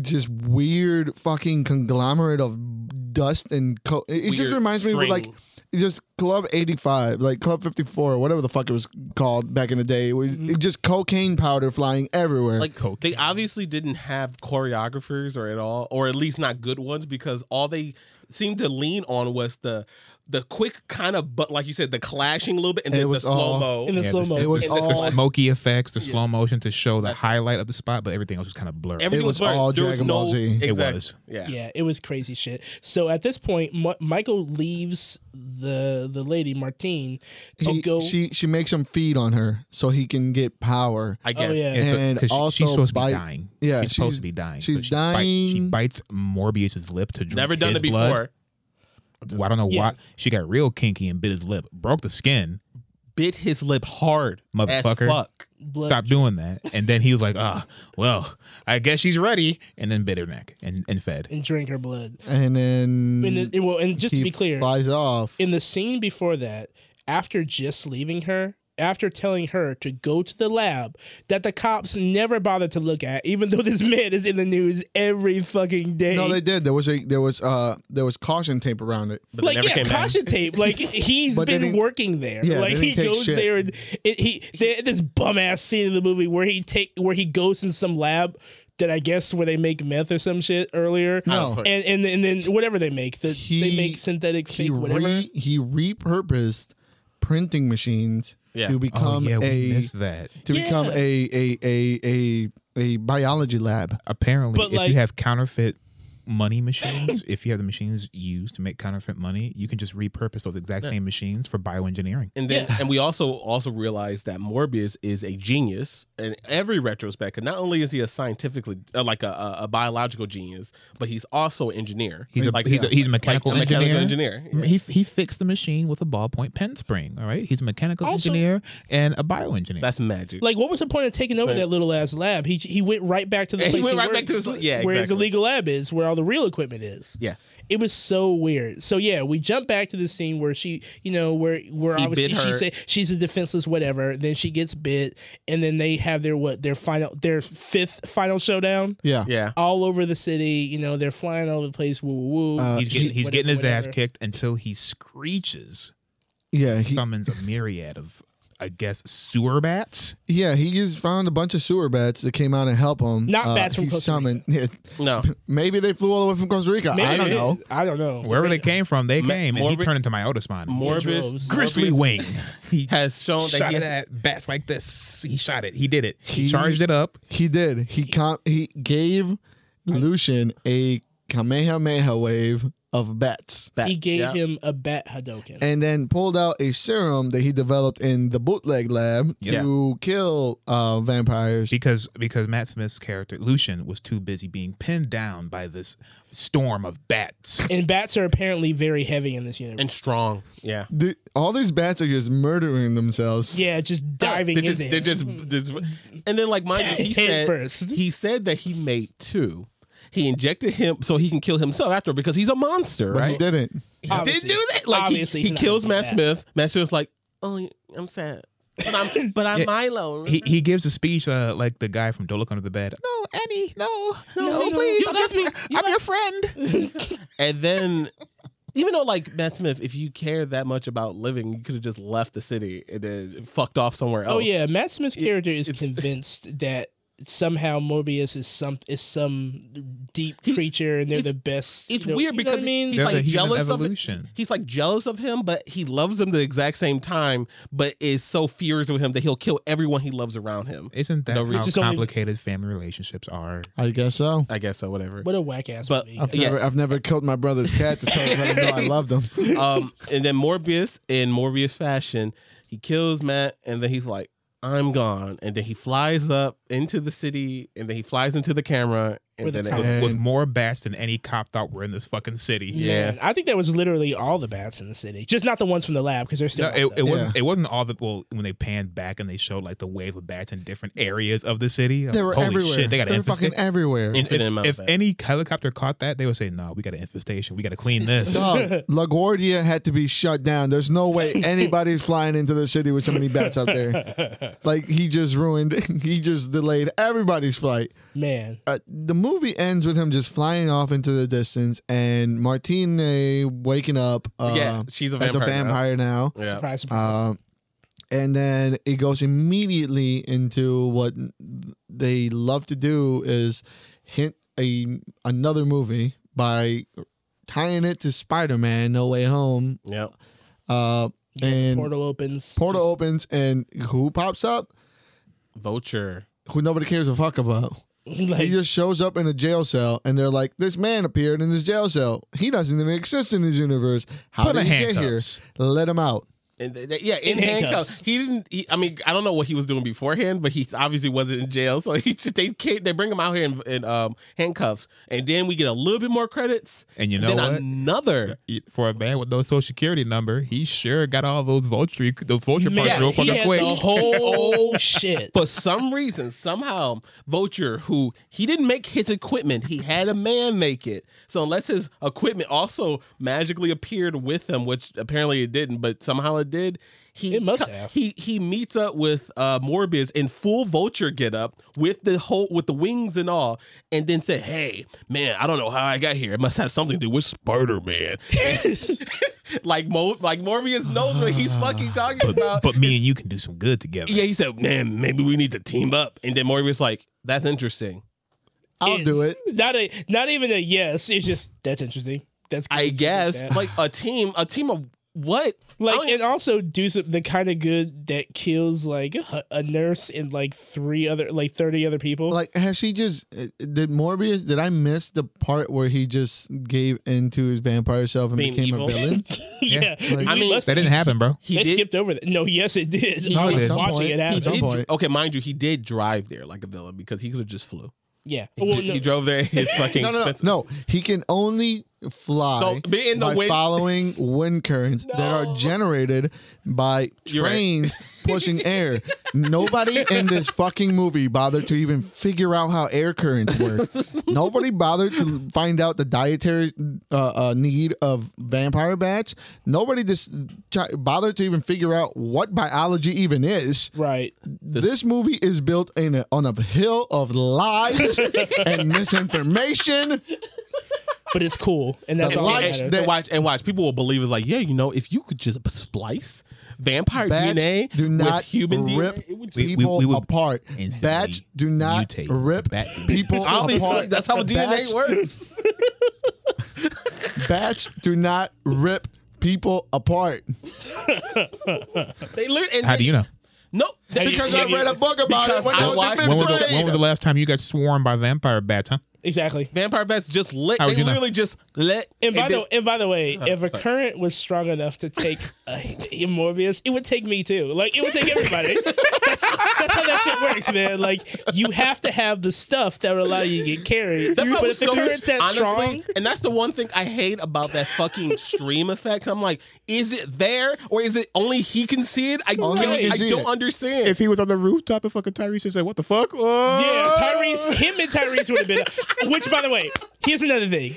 Speaker 1: just weird fucking conglomerate of dust and co- it, it just
Speaker 3: Weird
Speaker 1: reminds me of like
Speaker 3: string.
Speaker 1: it's just Club 85, like Club 54, whatever the fuck it was called back in the day. It was
Speaker 4: Mm-hmm.
Speaker 1: it just cocaine powder flying everywhere.
Speaker 3: Like they obviously didn't have choreographers or at all, or at least not good ones, because all they seemed to lean on was the the quick kind of but like you said, the clashing a little bit and
Speaker 1: It
Speaker 3: then the
Speaker 1: was all-
Speaker 3: slow mo.
Speaker 4: in the
Speaker 2: yeah,
Speaker 4: slow
Speaker 2: this-
Speaker 4: mo.
Speaker 1: it was
Speaker 3: and
Speaker 2: the
Speaker 1: all
Speaker 2: smoky effects, the slow motion to show the highlight of the spot, but everything else was kind of blurred.
Speaker 1: It was all Dragon Ball Z. It
Speaker 3: Exactly.
Speaker 2: was.
Speaker 3: Yeah.
Speaker 4: yeah, it was crazy shit. So at this point, Ma- Michael leaves the the lady Martine to
Speaker 1: he,
Speaker 4: go.
Speaker 1: she she makes him feed on her so he can get power.
Speaker 3: I
Speaker 4: oh
Speaker 3: guess.
Speaker 4: yeah,
Speaker 2: Yeah, so-
Speaker 1: And
Speaker 2: 'cause she-
Speaker 1: also
Speaker 2: she's supposed
Speaker 1: bite-
Speaker 2: to be dying.
Speaker 1: Yeah,
Speaker 2: she's, supposed
Speaker 1: she's-
Speaker 2: to be dying.
Speaker 1: she's
Speaker 2: So she bite- she
Speaker 1: dying.
Speaker 2: bites Morbius's lip to drink
Speaker 3: Never done
Speaker 2: his
Speaker 3: it before.
Speaker 2: blood. Well, I don't know
Speaker 4: Yeah.
Speaker 2: why she got real kinky and bit his lip, broke the skin.
Speaker 3: Bit his lip hard.
Speaker 2: Motherfucker.
Speaker 3: As fuck.
Speaker 4: blood.
Speaker 2: Stop doing that. And then he was like, "Ah, well, I guess she's ready." And then bit her neck and, and fed.
Speaker 4: and drink her blood.
Speaker 1: And then
Speaker 4: And it, it- well, and just
Speaker 1: Mm, he
Speaker 4: to be clear,
Speaker 1: flies off.
Speaker 4: in the scene before that, after just leaving her, after telling her to go to the lab that the cops never bothered to look at, even though this man is in the news every fucking day.
Speaker 1: no, they did. There was a there was uh there was caution tape around it.
Speaker 3: But they
Speaker 4: like
Speaker 3: never
Speaker 4: yeah,
Speaker 3: came back.
Speaker 4: caution
Speaker 1: [LAUGHS]
Speaker 4: tape. Like he's
Speaker 1: But they
Speaker 4: been
Speaker 1: didn't-
Speaker 4: working there.
Speaker 1: Yeah,
Speaker 4: like
Speaker 1: they
Speaker 4: he
Speaker 1: didn't take
Speaker 4: goes
Speaker 1: shit.
Speaker 4: there and it, he they, this bum ass scene in the movie where he take where he goes in some lab that I guess where they make meth or some shit earlier.
Speaker 1: No.
Speaker 4: and and and then whatever they make, the, they
Speaker 1: He-
Speaker 4: make synthetic
Speaker 1: He
Speaker 4: fake whatever.
Speaker 1: re, he repurposed printing machines
Speaker 3: Yeah.
Speaker 1: to become
Speaker 2: oh yeah, we
Speaker 1: a
Speaker 2: missed that.
Speaker 1: to become
Speaker 4: Yeah.
Speaker 1: a a a a a biology lab.
Speaker 2: Apparently, if
Speaker 4: But, like-
Speaker 2: you have counterfeit money machines, if you have the machines used to make counterfeit money, you can just repurpose those exact same machines for bioengineering.
Speaker 3: And then,
Speaker 4: Yeah.
Speaker 3: and we also also realized that Morbius is a genius in every retrospect. And not only is he a scientifically uh, like a, a, a biological genius, but he's also an engineer.
Speaker 2: He's
Speaker 3: like
Speaker 2: a, he's, a, he's a
Speaker 3: like
Speaker 2: mechanical
Speaker 3: a
Speaker 2: engineer.
Speaker 3: mechanical engineer. Yeah.
Speaker 2: He he fixed the machine with a ballpoint pen spring. All right, he's a mechanical
Speaker 4: Also-
Speaker 2: engineer and a bioengineer.
Speaker 3: That's magic.
Speaker 4: Like, what was the point of taking over that little ass lab? He he went right back to the
Speaker 3: Yeah, he
Speaker 4: place
Speaker 3: went right back
Speaker 4: works,
Speaker 3: to his- yeah,
Speaker 4: where his
Speaker 3: exactly.
Speaker 4: illegal lab is, where all the real equipment is.
Speaker 3: yeah,
Speaker 4: It was so weird. So yeah, we jump back to the scene where she, you know, where where
Speaker 3: He
Speaker 4: obviously
Speaker 3: bit
Speaker 4: she
Speaker 3: her.
Speaker 4: said she's a defenseless whatever. Then she gets bit, and then they have their what their final their fifth final showdown
Speaker 1: Yeah.
Speaker 3: yeah.
Speaker 4: all over the city. You know, they're flying all over the place. Woo woo woo.
Speaker 1: Uh,
Speaker 2: he's getting, he's
Speaker 4: whatever,
Speaker 2: getting his
Speaker 4: whatever.
Speaker 2: ass kicked until he screeches,
Speaker 1: Yeah, he
Speaker 2: summons a myriad of, I guess, sewer bats.
Speaker 1: yeah, he just found a bunch of sewer bats that came out and helped him.
Speaker 4: Not
Speaker 1: Uh,
Speaker 4: bats from
Speaker 1: he
Speaker 4: Costa
Speaker 1: summoned-
Speaker 2: [LAUGHS]
Speaker 3: No,
Speaker 1: [LAUGHS] Maybe they flew all the way from Costa Rica. I don't
Speaker 4: Maybe-
Speaker 1: know.
Speaker 4: I don't know.
Speaker 2: Wherever they came from, they
Speaker 3: Ma-
Speaker 2: came, and
Speaker 3: Morbi-
Speaker 2: he turned into my Otismon.
Speaker 3: Morbius
Speaker 4: Droves.
Speaker 2: Grizzly
Speaker 3: Morbius
Speaker 2: wing. He
Speaker 3: has shown that
Speaker 2: shot
Speaker 3: he
Speaker 2: it at bats like this. He shot it. He did it. He, charged it up.
Speaker 1: He did. He com- he gave Lucian a Kamehameha wave of bats.
Speaker 3: that.
Speaker 4: He gave
Speaker 3: Yeah.
Speaker 4: him a bat Hadoken.
Speaker 1: and then pulled out a serum that he developed in the bootleg lab
Speaker 2: Yeah.
Speaker 1: to kill uh, vampires.
Speaker 2: Because because Matt Smith's character Lucian was too busy being pinned down by this storm of bats.
Speaker 4: and bats are apparently very heavy in this universe.
Speaker 3: and strong. Yeah.
Speaker 1: The- all these bats are just murdering themselves.
Speaker 4: Yeah, just diving
Speaker 3: They're just,
Speaker 4: into
Speaker 3: they're
Speaker 4: [LAUGHS] him.
Speaker 3: just, just- and then like mind you, he
Speaker 4: [LAUGHS] Head
Speaker 3: said
Speaker 4: first.
Speaker 3: he said that he made two. He injected him so he can kill himself after because he's a monster,
Speaker 1: But
Speaker 3: right?
Speaker 1: he didn't.
Speaker 3: He did
Speaker 4: Obviously.
Speaker 3: do that. Like
Speaker 4: Obviously, he's
Speaker 3: he, he
Speaker 4: not
Speaker 3: kills
Speaker 4: gonna do
Speaker 3: Matt
Speaker 4: that.
Speaker 3: Smith. Matt Smith's like, oh, I'm sad, but I'm but I'm
Speaker 2: Yeah.
Speaker 3: Milo.
Speaker 2: He, he gives a speech uh, like the guy from Don't Look Under the Bed. No, Annie, no, no,
Speaker 4: no, no.
Speaker 2: please.
Speaker 4: You
Speaker 2: I'm,
Speaker 3: left
Speaker 2: your,
Speaker 3: me.
Speaker 2: fr-
Speaker 3: You
Speaker 2: I'm your friend.
Speaker 3: [LAUGHS] and then, even though like Matt Smith, if you care that much about living, you could have just left the city and then fucked off somewhere else.
Speaker 4: Oh yeah, Matt Smith's character is
Speaker 3: it's-
Speaker 4: convinced that somehow Morbius is some is some deep creature and they're
Speaker 3: it's-
Speaker 4: the best.
Speaker 3: It's
Speaker 4: you know-
Speaker 3: weird
Speaker 4: you know what
Speaker 3: because
Speaker 4: I mean,
Speaker 3: he's
Speaker 2: There's a
Speaker 3: like
Speaker 2: human
Speaker 3: jealous of
Speaker 2: evolution.
Speaker 3: it. He's like jealous of him, but he loves him the exact same time, but is so furious with him that he'll kill everyone he loves around him.
Speaker 2: Isn't that
Speaker 3: No reason.
Speaker 2: how
Speaker 4: Just only-
Speaker 2: complicated family relationships are?
Speaker 1: I guess so.
Speaker 3: I guess so, whatever.
Speaker 4: what a whack ass
Speaker 3: But-
Speaker 4: movie.
Speaker 1: I've
Speaker 3: Yeah.
Speaker 1: never I've never killed my brother's cat to tell him let him know I loved
Speaker 2: [LAUGHS]
Speaker 1: him.
Speaker 3: um, and then Morbius, in Morbius fashion, he kills Matt, and then he's like, "I'm gone." And then he flies up into the city, and then he flies into the camera, and
Speaker 4: With a
Speaker 3: then
Speaker 4: cop.
Speaker 3: it was,
Speaker 2: With
Speaker 1: And-
Speaker 2: more bats than any cop thought were in this fucking city.
Speaker 4: Man, I think that was literally all the bats in the city, just not the ones from the lab because they're
Speaker 2: No,
Speaker 4: still. out
Speaker 2: it,
Speaker 4: there.
Speaker 2: it wasn't. It wasn't all the well when they panned back and they showed like the wave of bats in different areas of the city.
Speaker 1: They were
Speaker 2: Holy
Speaker 1: everywhere.
Speaker 2: shit! They got
Speaker 1: they
Speaker 2: an
Speaker 1: were fucking
Speaker 2: infestation.
Speaker 1: everywhere.
Speaker 3: In- Infinite amount
Speaker 2: If,
Speaker 3: of
Speaker 2: if
Speaker 3: bats.
Speaker 2: any helicopter caught that, they would say, "No, we got an infestation. We got to clean
Speaker 1: [LAUGHS]
Speaker 2: this."
Speaker 1: [LAUGHS] Dog, LaGuardia had to be shut down. There's no
Speaker 2: [LAUGHS]
Speaker 1: way anybody's flying into the city with so many bats out there.
Speaker 2: [LAUGHS]
Speaker 1: Like he just ruined. [LAUGHS] He just delayed everybody's flight.
Speaker 4: man.
Speaker 1: Uh, the movie ends with him just flying off into the distance, and Martine waking up. Uh,
Speaker 3: yeah, she's a
Speaker 1: as
Speaker 3: vampire.
Speaker 1: a vampire now.
Speaker 3: Now. Yeah.
Speaker 4: Surprise, surprise.
Speaker 1: Um, and then it goes immediately into what they love to do is hint a another movie by tying it to Spider-Man: No Way Home.
Speaker 3: Yeah.
Speaker 1: Uh,
Speaker 4: Yeah, the
Speaker 1: and portal,
Speaker 4: portal
Speaker 1: opens,
Speaker 4: opens.
Speaker 1: and who pops up?
Speaker 3: Vulture.
Speaker 1: Who nobody cares a fuck about.
Speaker 4: Just, [LAUGHS] like,
Speaker 1: He just shows up in a jail cell, and they're like, "This man appeared in this jail cell. He doesn't even exist in this universe. How
Speaker 2: Put
Speaker 1: did
Speaker 2: a
Speaker 1: he get here?
Speaker 2: handcuffs.
Speaker 1: Let him out."
Speaker 3: And th- th- yeah, in,
Speaker 4: In
Speaker 3: handcuffs.
Speaker 4: handcuffs.
Speaker 3: He didn't. He, I mean, I don't know what he was doing beforehand, but he obviously wasn't in jail. So he just, they ca- they bring him out here in, in um, handcuffs, and then we get a little bit more credits,
Speaker 2: And you
Speaker 3: and
Speaker 2: know
Speaker 3: then
Speaker 2: what?
Speaker 3: another.
Speaker 2: For a man with no social security number, he sure got all those vulture those vulture
Speaker 4: man,
Speaker 2: parts real
Speaker 4: he
Speaker 2: fucking
Speaker 4: had
Speaker 2: quick.
Speaker 4: the whole shit. [LAUGHS]
Speaker 3: For some reason, somehow, Vulture, who he didn't make his equipment, he had a man make it. So unless his equipment also magically appeared with him, which apparently it didn't, but somehow it did, he
Speaker 4: It must
Speaker 3: co-
Speaker 4: have.
Speaker 3: he he meets up with uh, Morbius in full Vulture getup with the whole with the wings and all, and then said, "Hey, man, I don't know how I got here. It must have something to do with Spider Man." [LAUGHS] like Mo, like Morbius knows what he's fucking talking about.
Speaker 2: But me and you can do some good together.
Speaker 3: Yeah, he said, man, maybe we need to team up. And then Morbius like, that's interesting.
Speaker 1: I'll do it.
Speaker 4: It's Not a, not even a yes. It's just that's interesting. That's cool.
Speaker 3: I
Speaker 4: Something
Speaker 3: guess
Speaker 4: that.
Speaker 3: like a team, a team of what? I
Speaker 4: like
Speaker 3: don't-
Speaker 4: and also do some the kind of good that kills like a- a nurse and like three other like 30 other people
Speaker 1: Like, has he just uh, did Morbius? Did I miss the part where he just gave into his vampire self and
Speaker 3: Being
Speaker 1: became
Speaker 3: evil?
Speaker 1: a villain?
Speaker 4: [LAUGHS] yeah,
Speaker 1: like-
Speaker 3: I mean,
Speaker 4: let's-
Speaker 2: that didn't happen, bro.
Speaker 3: he
Speaker 4: they
Speaker 3: did.
Speaker 4: skipped over that no yes it did [LAUGHS]
Speaker 3: He
Speaker 4: i
Speaker 2: did.
Speaker 4: was
Speaker 2: At some
Speaker 4: watching
Speaker 1: point,
Speaker 4: it
Speaker 1: he
Speaker 3: he
Speaker 4: happen
Speaker 1: some
Speaker 3: did-
Speaker 1: point.
Speaker 3: okay, mind you, he did drive there like a villain because he could have just flew.
Speaker 4: yeah
Speaker 3: He,
Speaker 4: well,
Speaker 3: he
Speaker 4: no,
Speaker 3: drove there.
Speaker 1: [LAUGHS]
Speaker 3: in His fucking
Speaker 1: Oh, No, no, no,
Speaker 3: expensive-
Speaker 1: no. He can only fly
Speaker 3: So, be in the
Speaker 1: by
Speaker 3: wind. [LAUGHS]
Speaker 1: following wind currents that are
Speaker 3: No.
Speaker 1: generated by
Speaker 3: You're right. [LAUGHS]
Speaker 1: trains pushing air. Nobody in this fucking movie bothered to even figure out how air currents
Speaker 3: [LAUGHS]
Speaker 1: work. Nobody bothered to find out the dietary uh, uh, need of vampire bats. Nobody just chi- bothered to even figure out what biology even is.
Speaker 4: right
Speaker 1: This, movie is built in a, on a hill of
Speaker 3: [LAUGHS]
Speaker 1: lies and misinformation.
Speaker 4: but it's cool and that's
Speaker 1: The
Speaker 4: all
Speaker 1: lights
Speaker 4: that matters.
Speaker 3: And,
Speaker 1: that-
Speaker 3: and watch and watch. People will believe it's like, yeah, you know, if you could just splice vampire
Speaker 1: Bats
Speaker 3: DNA
Speaker 1: do not
Speaker 3: with human
Speaker 1: rip
Speaker 3: DNA, it would just,
Speaker 2: We- we-
Speaker 1: people
Speaker 2: we would
Speaker 1: apart.
Speaker 2: instantly
Speaker 1: Bats do not
Speaker 2: mutate
Speaker 1: rip
Speaker 2: to bat DNA.
Speaker 3: [LAUGHS]
Speaker 1: people
Speaker 3: obviously
Speaker 1: apart.
Speaker 3: that's how DNA
Speaker 1: Bats-
Speaker 3: works.
Speaker 1: Bats do not rip people apart.
Speaker 3: They learn. And
Speaker 2: How
Speaker 3: they,
Speaker 2: do you know?
Speaker 3: No, they-
Speaker 1: Because I read a book about it when
Speaker 3: Because
Speaker 1: I,
Speaker 3: I
Speaker 1: was
Speaker 3: watched-
Speaker 1: in
Speaker 2: When
Speaker 1: fifth
Speaker 2: was, the,
Speaker 1: grade.
Speaker 2: when was the last time you got swarmed by vampire bats, huh?
Speaker 4: exactly
Speaker 3: Vampire bats just lit.
Speaker 2: How
Speaker 3: They
Speaker 2: would you know?
Speaker 3: literally just lit.
Speaker 4: and by
Speaker 3: they-
Speaker 4: the and by the way, if a
Speaker 3: Uh-huh. sorry.
Speaker 4: current was strong enough to take a, a Morbius, it would take me too. Like it would take everybody. that's, that's how that shit works, man. Like you have to have the stuff that would allow you to get carried.
Speaker 3: That's why
Speaker 4: but
Speaker 3: I
Speaker 4: if the
Speaker 3: was so-
Speaker 4: current's that
Speaker 3: honestly,
Speaker 4: strong,
Speaker 3: and that's the one thing I hate about that fucking stream effect. I'm like, is it there or is it only he can see it? I
Speaker 1: Only
Speaker 3: don't,
Speaker 1: he can
Speaker 3: I
Speaker 1: see
Speaker 3: don't
Speaker 1: it.
Speaker 3: understand.
Speaker 2: If he was on the rooftop and fucking Tyrese said, "What the fuck?" Oh!
Speaker 3: uh,
Speaker 4: yeah, Tyrese, him and Tyrese would have been. Which, by the way, here's another thing.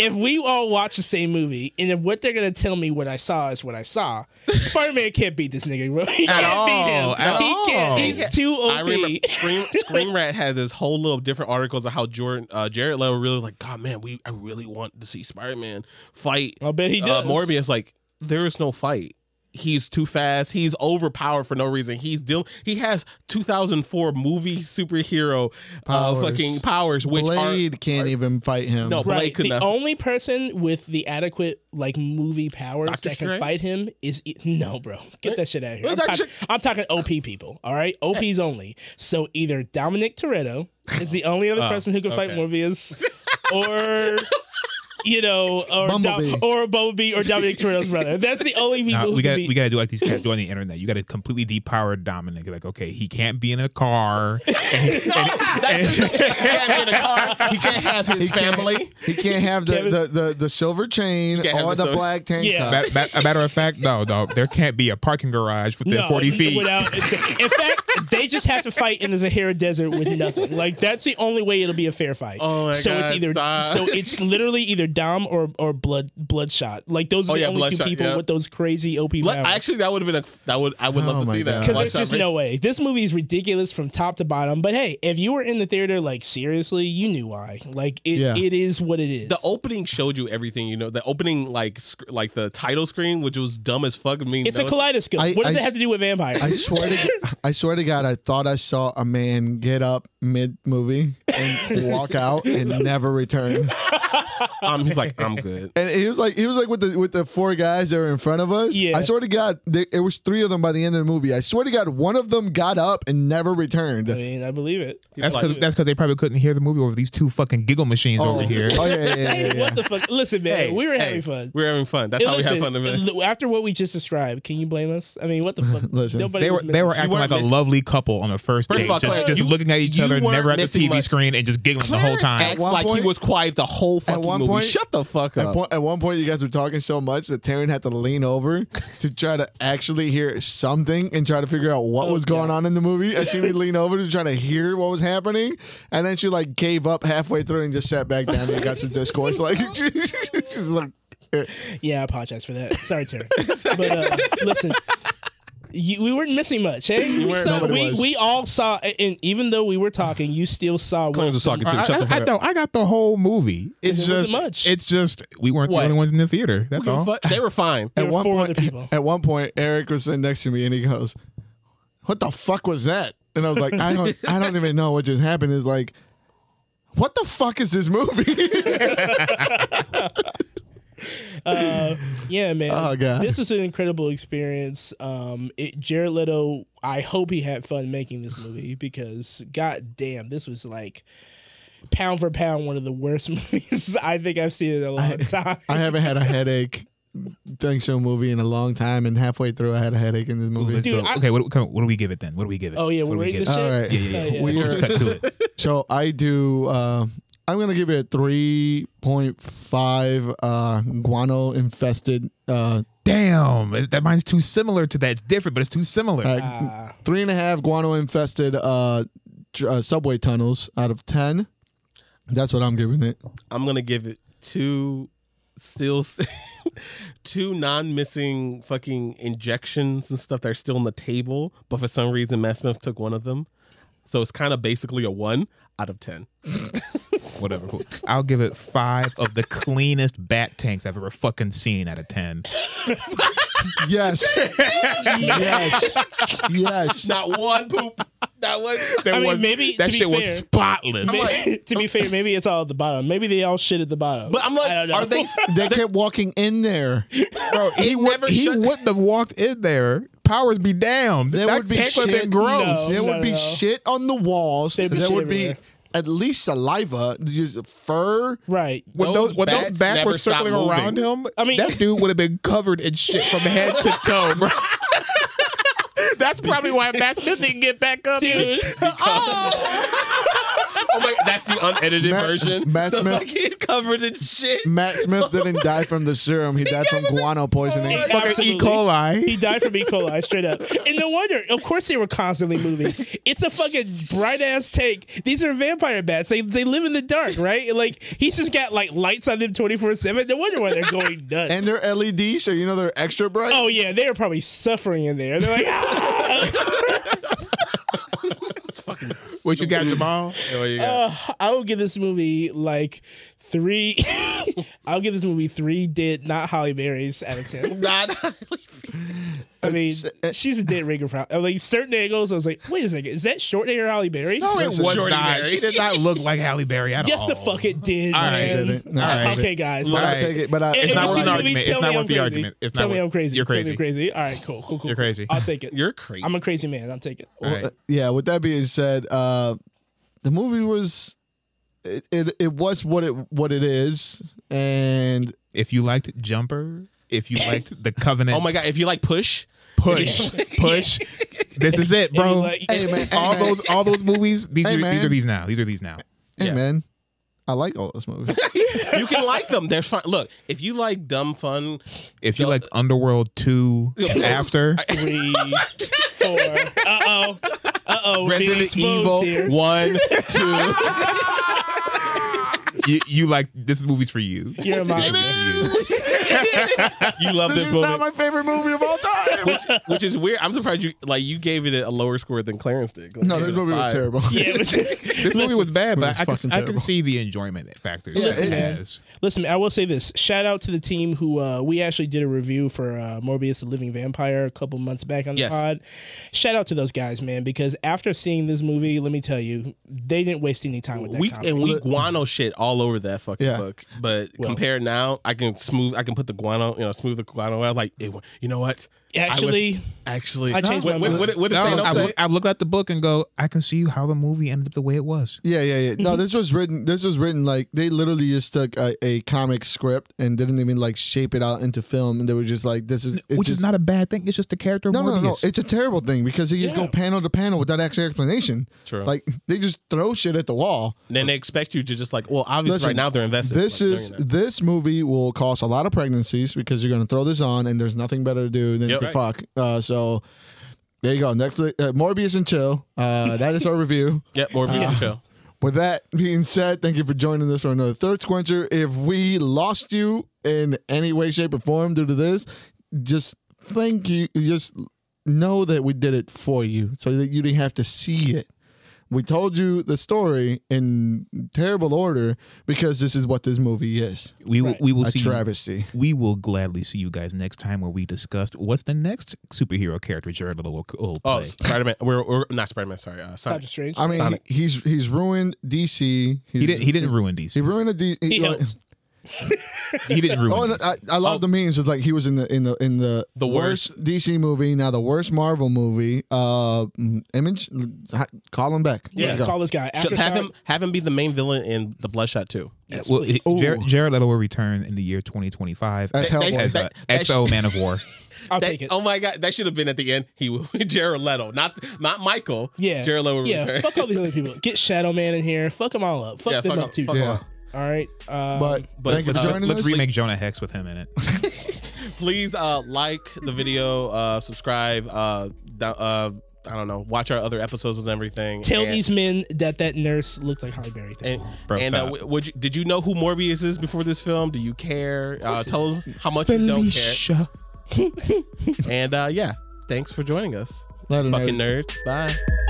Speaker 4: If we all watch the same movie, and if what they're gonna tell me what I saw is what I saw, Spider Man can't beat this nigga, bro. He can't beat him.
Speaker 2: all, at
Speaker 4: he
Speaker 2: all.
Speaker 4: can't. He's too OP.
Speaker 3: I remember
Speaker 1: [LAUGHS]
Speaker 3: Scream, Scream Rat had this whole little different articles of how Jordan uh, Jared Leto really like, God man, we I really want to see Spider Man fight.
Speaker 1: Oh,
Speaker 4: I bet he
Speaker 3: Uh,
Speaker 4: does.
Speaker 3: Morbius like, there is no fight. he's too fast. He's overpowered for no reason. He's deal. He has 2004 movie superhero uh,
Speaker 1: Powers.
Speaker 3: fucking powers, which
Speaker 1: Blade can't even fight him.
Speaker 3: No, Blade
Speaker 4: Right.
Speaker 3: could
Speaker 4: The
Speaker 3: not-
Speaker 4: only person with the adequate like movie powers
Speaker 3: Dr.
Speaker 4: that can
Speaker 3: Strange?
Speaker 4: fight him is e- no, bro. Get that shit out of here.
Speaker 3: Well,
Speaker 4: I'm,
Speaker 3: Dr.
Speaker 4: talk- I'm talking OP people. All right, OPs only. So either Dominic Toretto is the only other
Speaker 3: Oh,
Speaker 4: person who can fight
Speaker 3: okay. [LAUGHS]
Speaker 4: Morbius, or. You know, or Dom-
Speaker 1: Bumblebee.
Speaker 4: or Bumblebee or Dominic Toretto's brother. That's the only people
Speaker 2: Nah,
Speaker 4: who
Speaker 2: we
Speaker 4: can
Speaker 2: got
Speaker 4: be.
Speaker 2: we got to do like these cats do on the internet. You got to completely depower Dominic. Like, okay, he can't be in a
Speaker 3: [LAUGHS]
Speaker 2: car.
Speaker 3: are that's he can't be in a car. He can't have his family.
Speaker 1: [LAUGHS] He can't have the,
Speaker 4: Kevin-
Speaker 1: the, the, the silver chain
Speaker 3: can't have
Speaker 1: or
Speaker 3: the
Speaker 1: the
Speaker 3: silver-
Speaker 1: black tank
Speaker 4: Yeah.
Speaker 1: top.
Speaker 2: Bat- bat- a matter of fact, no, no, there can't be a parking garage within
Speaker 4: No,
Speaker 2: forty feet.
Speaker 4: Without, in fact, they just have to fight in the Sahara Desert with nothing. Like that's the only way it'll be a fair fight.
Speaker 3: Oh my
Speaker 4: so
Speaker 3: God,
Speaker 4: it's either
Speaker 3: stop.
Speaker 4: so it's literally either Dom or or Blood Bloodshot. Like those are
Speaker 3: Oh,
Speaker 4: the
Speaker 3: yeah,
Speaker 4: only
Speaker 3: Bloodshot,
Speaker 4: two people
Speaker 3: yeah.
Speaker 4: with those crazy OP
Speaker 3: Let-
Speaker 4: powers.
Speaker 3: actually, that would have been a. That would I would
Speaker 1: Oh
Speaker 3: love to
Speaker 1: my
Speaker 3: see that.
Speaker 1: God.
Speaker 4: because
Speaker 3: Watch
Speaker 4: there's just
Speaker 3: that.
Speaker 4: no way. This movie is ridiculous from top to bottom. But hey, if you were in the theater, like seriously, you knew why. Like it,
Speaker 1: Yeah.
Speaker 4: it is what it is.
Speaker 3: The opening showed you everything you know. The opening, like sc- like the title screen, which was dumb as fuck. I mean,
Speaker 4: it's
Speaker 3: that
Speaker 4: a
Speaker 3: was-
Speaker 4: kaleidoscope.
Speaker 1: I-
Speaker 4: what does
Speaker 1: I-
Speaker 4: it have to do with vampires?
Speaker 1: I swear to g- I swear to God, I thought I saw a man get up mid movie and walk out and never return.
Speaker 3: Um, he's like, I'm good.
Speaker 1: And he was like, he was like with the with the four guys that were in front of us.
Speaker 4: Yeah.
Speaker 1: I swear to God, there, it was three of them by the end of the movie. I swear to God, one of them got up and never returned.
Speaker 4: I mean, I believe it.
Speaker 2: That's
Speaker 3: Like-
Speaker 2: because that's because they probably couldn't hear the movie over these two fucking giggle machines
Speaker 1: oh,
Speaker 2: over here.
Speaker 1: oh yeah, yeah, yeah, yeah, yeah.
Speaker 4: What the fuck? Listen, man,
Speaker 3: Hey,
Speaker 4: we were
Speaker 3: hey,
Speaker 4: having fun.
Speaker 3: We're having fun. That's
Speaker 4: Hey,
Speaker 3: how we
Speaker 4: listen,
Speaker 3: have fun. man.
Speaker 4: l- After what we just described, can you blame us? I mean, what the fuck?
Speaker 1: Listen,
Speaker 4: Nobody
Speaker 2: They were
Speaker 4: was
Speaker 2: they were
Speaker 4: missing.
Speaker 2: acting
Speaker 3: weren't
Speaker 2: like a
Speaker 3: missing-
Speaker 2: lovely couple on the first
Speaker 3: First
Speaker 2: date,
Speaker 3: of all,
Speaker 2: just,
Speaker 3: Clarence,
Speaker 2: just
Speaker 3: you-
Speaker 2: looking at each
Speaker 3: you
Speaker 2: other,
Speaker 3: weren't
Speaker 2: never at the
Speaker 3: missing
Speaker 2: TV
Speaker 3: much.
Speaker 2: screen, and just giggling the whole
Speaker 3: Clarence
Speaker 2: time.
Speaker 3: Acts
Speaker 1: one
Speaker 3: like
Speaker 1: point-
Speaker 3: he was quiet the whole fucking
Speaker 1: one
Speaker 3: movie.
Speaker 1: point-
Speaker 3: Shut the fuck
Speaker 1: At,
Speaker 3: up.
Speaker 1: point, at one point, you guys were talking so much that Taryn had to lean over to try to actually hear something and try to figure out what
Speaker 4: Oh,
Speaker 1: was going on in the movie. And she would lean over to try to hear what was happening, and then she like gave up halfway through and just sat back down and got some discourse. Like [LAUGHS] she- she's like, eh.
Speaker 4: Yeah, I apologize for that. Sorry, Terry. but uh, [LAUGHS] listen, you, we weren't missing much. Hey, we,
Speaker 3: weren't.
Speaker 4: saw,
Speaker 1: Nobody
Speaker 4: we,
Speaker 1: was.
Speaker 4: we all saw, and- and even though we were talking, you still saw.
Speaker 3: Clarence was talking
Speaker 2: I,
Speaker 3: too. Shut the
Speaker 2: I, I
Speaker 3: fuck up.
Speaker 2: know, I got the whole movie. It's
Speaker 4: It [LAUGHS] wasn't
Speaker 2: just
Speaker 4: much.
Speaker 2: It's just we weren't
Speaker 3: What?
Speaker 2: the only ones in the theater. That's all.
Speaker 3: Fuck- They were fine.
Speaker 4: There
Speaker 1: at
Speaker 4: were
Speaker 1: one
Speaker 4: four
Speaker 1: point,
Speaker 4: other people.
Speaker 1: at one point, Eric was sitting next to me, and he goes, "What the fuck was that?" And I was like, "I don't, I don't even know what just happened." Is like. What the fuck is this movie? [LAUGHS]
Speaker 4: uh, yeah, man.
Speaker 1: Oh, God.
Speaker 4: This was an incredible experience. Um, it, Jared Leto, I hope he had fun making this movie because, god damn, this was like pound for pound one of the worst [LAUGHS] movies I think I've seen in a long time.
Speaker 1: I haven't had a headache thanks to a movie in a long time, and halfway through, I had a headache in this movie.
Speaker 2: Let's
Speaker 4: Dude,
Speaker 2: go.
Speaker 4: I-
Speaker 2: okay, what, come on, what do we give it then? What do we give it?
Speaker 4: oh, yeah,
Speaker 2: what
Speaker 4: we're
Speaker 2: do we
Speaker 4: rating
Speaker 2: give
Speaker 4: this
Speaker 2: it?
Speaker 4: shit.
Speaker 1: All right.
Speaker 2: Yeah, yeah,
Speaker 4: Oh,
Speaker 2: yeah.
Speaker 4: yeah.
Speaker 2: We
Speaker 1: We're-
Speaker 2: cut to it.
Speaker 1: So I do. Uh, I'm gonna give it three point five uh, guano infested. Uh,
Speaker 2: [LAUGHS] Damn, that mine's too similar to that. It's different, but it's too similar.
Speaker 1: uh,
Speaker 4: Ah.
Speaker 1: three and a half guano infested uh, tr- uh, subway tunnels out of ten. That's what I'm giving it.
Speaker 3: I'm gonna give it two, still, s- [LAUGHS] two non-missing fucking injections and stuff that are still on the table. But for some reason, Matt Smith took one of them, so it's kind of basically a one out of ten.
Speaker 2: [LAUGHS] Whatever. Cool. I'll give it five of the cleanest bat tanks I've ever fucking seen out of ten.
Speaker 1: Yes, yes, yes.
Speaker 3: Not one poop. Not one.
Speaker 2: That
Speaker 4: I mean, maybe,
Speaker 2: that
Speaker 4: to be
Speaker 2: shit was
Speaker 4: fair-
Speaker 2: spotless.
Speaker 4: [LAUGHS] to be fair, maybe it's all at the bottom. Maybe they all shit at the bottom.
Speaker 3: But I'm
Speaker 4: I don't
Speaker 3: like,
Speaker 4: know.
Speaker 3: are they?
Speaker 1: They kept walking in there.
Speaker 2: Bro, he, would,
Speaker 3: never
Speaker 2: he
Speaker 3: shut-
Speaker 2: wouldn't have walked in there. Powers be damned.
Speaker 1: There
Speaker 2: that
Speaker 1: would be
Speaker 2: tank would have
Speaker 1: shit.
Speaker 2: been gross.
Speaker 4: No.
Speaker 1: There would
Speaker 4: no,
Speaker 1: be
Speaker 4: no.
Speaker 1: shit on the walls.
Speaker 4: There'd be
Speaker 1: there
Speaker 4: shit
Speaker 1: would be
Speaker 4: everywhere.
Speaker 1: at least saliva, just fur.
Speaker 4: [LAUGHS] right?
Speaker 2: When those,
Speaker 3: Those
Speaker 2: when
Speaker 3: bats
Speaker 2: those bats
Speaker 3: never
Speaker 2: were circling
Speaker 3: stop
Speaker 2: around
Speaker 3: moving.
Speaker 2: him,
Speaker 4: I mean-
Speaker 2: that dude would have been covered in shit from head to
Speaker 4: [LAUGHS]
Speaker 2: toe, bro. That's probably why Matt Smith didn't get back up.
Speaker 3: [LAUGHS]
Speaker 4: Dude,
Speaker 3: Oh my! That's the unedited
Speaker 1: Matt-
Speaker 3: version.
Speaker 1: Matt
Speaker 3: the
Speaker 1: Smith-
Speaker 3: fucking covered in shit.
Speaker 1: Matt Smith didn't die from the serum. He died from guano poisoning.
Speaker 4: He
Speaker 2: Fucking
Speaker 4: absolutely-
Speaker 2: E. coli.
Speaker 4: He died from E. coli, straight up. And no wonder. Of course, they were constantly moving. It's a fucking bright ass take. These are vampire bats. They they live in the dark, right? Like he's just got like lights on them twenty four seven. No wonder why they're going nuts.
Speaker 1: And they're LED, so you know they're extra bright.
Speaker 4: oh yeah, they are probably suffering in there. They're like, [LAUGHS] ah!
Speaker 3: It's fucking.
Speaker 2: What you got, Jamal?
Speaker 3: There you go.
Speaker 4: Uh, I would give this movie like three. [LAUGHS] I'll give this movie three did not Holly Berry's out of ten.
Speaker 3: Not
Speaker 4: I mean, she's a dead ringer. For, I like certain angles, I was like, wait a second, is that short hair Holly Berry?
Speaker 2: No, it
Speaker 1: Listen,
Speaker 2: was
Speaker 3: Shorty
Speaker 2: not.
Speaker 3: Berry.
Speaker 2: She did not look like Halle Berry at
Speaker 4: yes,
Speaker 2: all.
Speaker 4: the fuck it did.
Speaker 2: All right.
Speaker 4: man.
Speaker 1: She didn't. No,
Speaker 2: All right.
Speaker 4: Okay, guys.
Speaker 1: I'll
Speaker 2: Look, Right.
Speaker 1: take it, but I,
Speaker 4: If-
Speaker 1: it's
Speaker 4: if
Speaker 1: not
Speaker 4: you
Speaker 1: what
Speaker 4: see
Speaker 2: an
Speaker 4: the
Speaker 1: I-
Speaker 2: argument.
Speaker 4: movie,
Speaker 2: It's
Speaker 4: tell
Speaker 2: not
Speaker 4: me
Speaker 2: worth
Speaker 4: I'm
Speaker 2: the
Speaker 4: crazy.
Speaker 2: argument. It's
Speaker 4: tell
Speaker 2: not
Speaker 4: me
Speaker 2: worth-
Speaker 4: I'm crazy.
Speaker 2: you're
Speaker 4: Tell me I'm
Speaker 2: crazy.
Speaker 4: crazy. All right, cool, cool, cool.
Speaker 2: You're crazy.
Speaker 4: I'll take it.
Speaker 3: You're crazy.
Speaker 4: I'm a crazy man. I'll take it.
Speaker 2: All right.
Speaker 1: yeah. With that being said, uh, the movie was it, it it was what it what it is, and
Speaker 2: If you liked Jumper, if you liked The Covenant,
Speaker 3: oh my god! If you like push,
Speaker 4: [LAUGHS]
Speaker 2: push, push. This is it,
Speaker 4: And
Speaker 2: bro.
Speaker 4: like-
Speaker 1: hey man, hey,
Speaker 2: all
Speaker 1: man.
Speaker 2: those, all those movies. These
Speaker 1: Hey,
Speaker 2: are
Speaker 1: man.
Speaker 2: these are these now. These are these now.
Speaker 1: hey
Speaker 3: yeah.
Speaker 1: man, I like all those movies.
Speaker 3: you can like them. They're fun. Look, if you like dumb fun,
Speaker 2: If you
Speaker 3: No.
Speaker 2: like Underworld two after,
Speaker 4: three, four. Uh oh. Uh oh.
Speaker 3: Resident Evil one, two.
Speaker 2: you, you like this movie's for you.
Speaker 4: You're a
Speaker 2: This is
Speaker 4: monster.
Speaker 2: for you.
Speaker 3: You love
Speaker 1: this
Speaker 3: this
Speaker 1: is
Speaker 3: movie,
Speaker 1: not my favorite movie of all time.
Speaker 3: which is weird. I'm surprised you like you gave it a lower score than Clarence did. Like,
Speaker 1: no,
Speaker 3: you
Speaker 1: this
Speaker 3: gave it a
Speaker 1: movie was
Speaker 3: five.
Speaker 1: terrible.
Speaker 4: Yeah.
Speaker 1: [LAUGHS]
Speaker 4: but-
Speaker 2: [LAUGHS] This movie was bad,
Speaker 1: It was
Speaker 2: but I
Speaker 1: fucking
Speaker 2: can, I can
Speaker 1: terrible.
Speaker 2: see the enjoyment factor. that
Speaker 1: Listen,
Speaker 2: it
Speaker 1: man.
Speaker 2: has.
Speaker 4: Listen, I will say this. Shout out to the team who uh, we actually did a review for uh, Morbius the Living Vampire a couple months back on the
Speaker 3: Yes.
Speaker 4: pod. Shout out to those guys, man, because after seeing this movie, let me tell you, they didn't waste any time with that.
Speaker 3: We
Speaker 4: comic.
Speaker 3: and we guano shit all over that fucking
Speaker 1: Yeah.
Speaker 3: book, but
Speaker 4: Well-
Speaker 3: compared now, I can smooth. I can put the guano, you know, smooth the guano out. Like, it, wa- you know what?
Speaker 4: actually,
Speaker 3: Actually,
Speaker 4: I changed my
Speaker 3: what, what,
Speaker 4: mind.
Speaker 3: what, what did
Speaker 2: No,
Speaker 3: Thanos
Speaker 2: I,
Speaker 3: say?
Speaker 2: look- I look at the book and go, I can see how the movie ended up the way it was.
Speaker 1: Yeah, yeah, yeah. No, this was written. This was written like they literally just took a, a comic script and didn't even like shape it out into film. And they were just like, "This is," it's
Speaker 2: Which
Speaker 1: just,
Speaker 2: is not a bad thing. It's just the character. of
Speaker 1: No,
Speaker 2: Morbius.
Speaker 1: no, no. It's a terrible thing because they just
Speaker 4: Yeah.
Speaker 1: go panel to panel without actual explanation.
Speaker 3: True.
Speaker 1: Like they just throw shit at the wall.
Speaker 3: then they expect you to just like, well, obviously
Speaker 1: Listen,
Speaker 3: right now they're invested.
Speaker 1: This
Speaker 3: Like, no,
Speaker 1: is
Speaker 3: you're not.
Speaker 1: this movie will cause a lot of pregnancies because you're going to throw this on and there's nothing better to do than
Speaker 3: Yep.
Speaker 1: to
Speaker 3: Right.
Speaker 1: fuck. Uh, so there you go. Netflix, uh, Morbius and chill. Uh, that is our review.
Speaker 3: yeah, Morbius
Speaker 1: Ah.
Speaker 3: and Show.
Speaker 1: With that being said, thank you for joining us for another Third Quencher. If we lost you in any way, shape, or form due to this, just thank you. Just know that we did it for you so that you didn't have to see it. We told you the story in terrible order because this is what this movie is
Speaker 2: we will-
Speaker 4: Right.
Speaker 2: we will
Speaker 1: a
Speaker 2: see.
Speaker 1: travesty.
Speaker 2: We will gladly see you guys next time where we discussed what's the next superhero character Jared Little will, will play.
Speaker 3: Oh, Spider Man. We're, we're not Spider Man. Sorry, uh, Sonic.
Speaker 4: Doctor Strange.
Speaker 1: I mean,
Speaker 3: Sonic.
Speaker 1: he's he's ruined DC. He's,
Speaker 2: he didn't. He didn't ruin
Speaker 1: He
Speaker 2: DC.
Speaker 1: ruined a D.
Speaker 4: He helped.
Speaker 2: He didn't
Speaker 1: [LAUGHS]
Speaker 2: ruin.
Speaker 1: Oh, and
Speaker 2: DC.
Speaker 1: I, I love the memes. It's like he was in the in the in the
Speaker 3: The
Speaker 1: DC movie, now the worst Marvel movie. Uh, mm, image, Hi- call him back.
Speaker 4: yeah,
Speaker 1: There you go.
Speaker 4: call this guy.
Speaker 3: Should
Speaker 4: After
Speaker 3: have
Speaker 4: Sonic-
Speaker 3: him have him be the main villain in the Bloodshot too.
Speaker 4: Yes,
Speaker 2: well,
Speaker 3: oh,
Speaker 4: please.
Speaker 2: Jar- Jared Leto will return in the year 2025
Speaker 1: As
Speaker 3: They- they-
Speaker 1: Hellboy.
Speaker 2: as
Speaker 3: they-
Speaker 2: a
Speaker 3: they-
Speaker 2: XO Man
Speaker 1: [LAUGHS]
Speaker 2: of War.
Speaker 4: I'll
Speaker 3: That-
Speaker 4: take it.
Speaker 3: Oh my god, that should have been at the end. He [LAUGHS] will Jared Leto, not not Michael.
Speaker 4: Yeah.
Speaker 3: Jared Leto will
Speaker 4: yeah, [LAUGHS]
Speaker 3: return.
Speaker 4: fuck all these other
Speaker 3: [LAUGHS]
Speaker 4: people. Get Shadow Man in here. Fuck them all up. Fuck
Speaker 3: Yeah,
Speaker 4: them
Speaker 3: fuck
Speaker 4: up
Speaker 3: up.
Speaker 4: too.
Speaker 3: Fuck
Speaker 1: yeah.
Speaker 3: on.
Speaker 4: All right. Um,
Speaker 1: But,
Speaker 3: But-
Speaker 1: thank you for
Speaker 3: but, uh,
Speaker 1: joining
Speaker 2: Let's
Speaker 1: us.
Speaker 2: remake Jonah Hex with him in it.
Speaker 3: Please uh, like the video, uh, subscribe, uh, do- uh, I don't know, watch our other episodes and everything.
Speaker 4: tell
Speaker 3: and,
Speaker 4: these men that that nurse looked like Holly Berry. Thing.
Speaker 3: And,
Speaker 2: Bro,
Speaker 3: and uh,
Speaker 2: stop.
Speaker 3: w- would you, did you know who Morbius is before this film? Do you care? Uh, tell us how much you don't care.
Speaker 2: Felicia.
Speaker 3: And uh, yeah, thanks for joining us,
Speaker 1: Later, nerd.
Speaker 3: fucking nerds. Bye.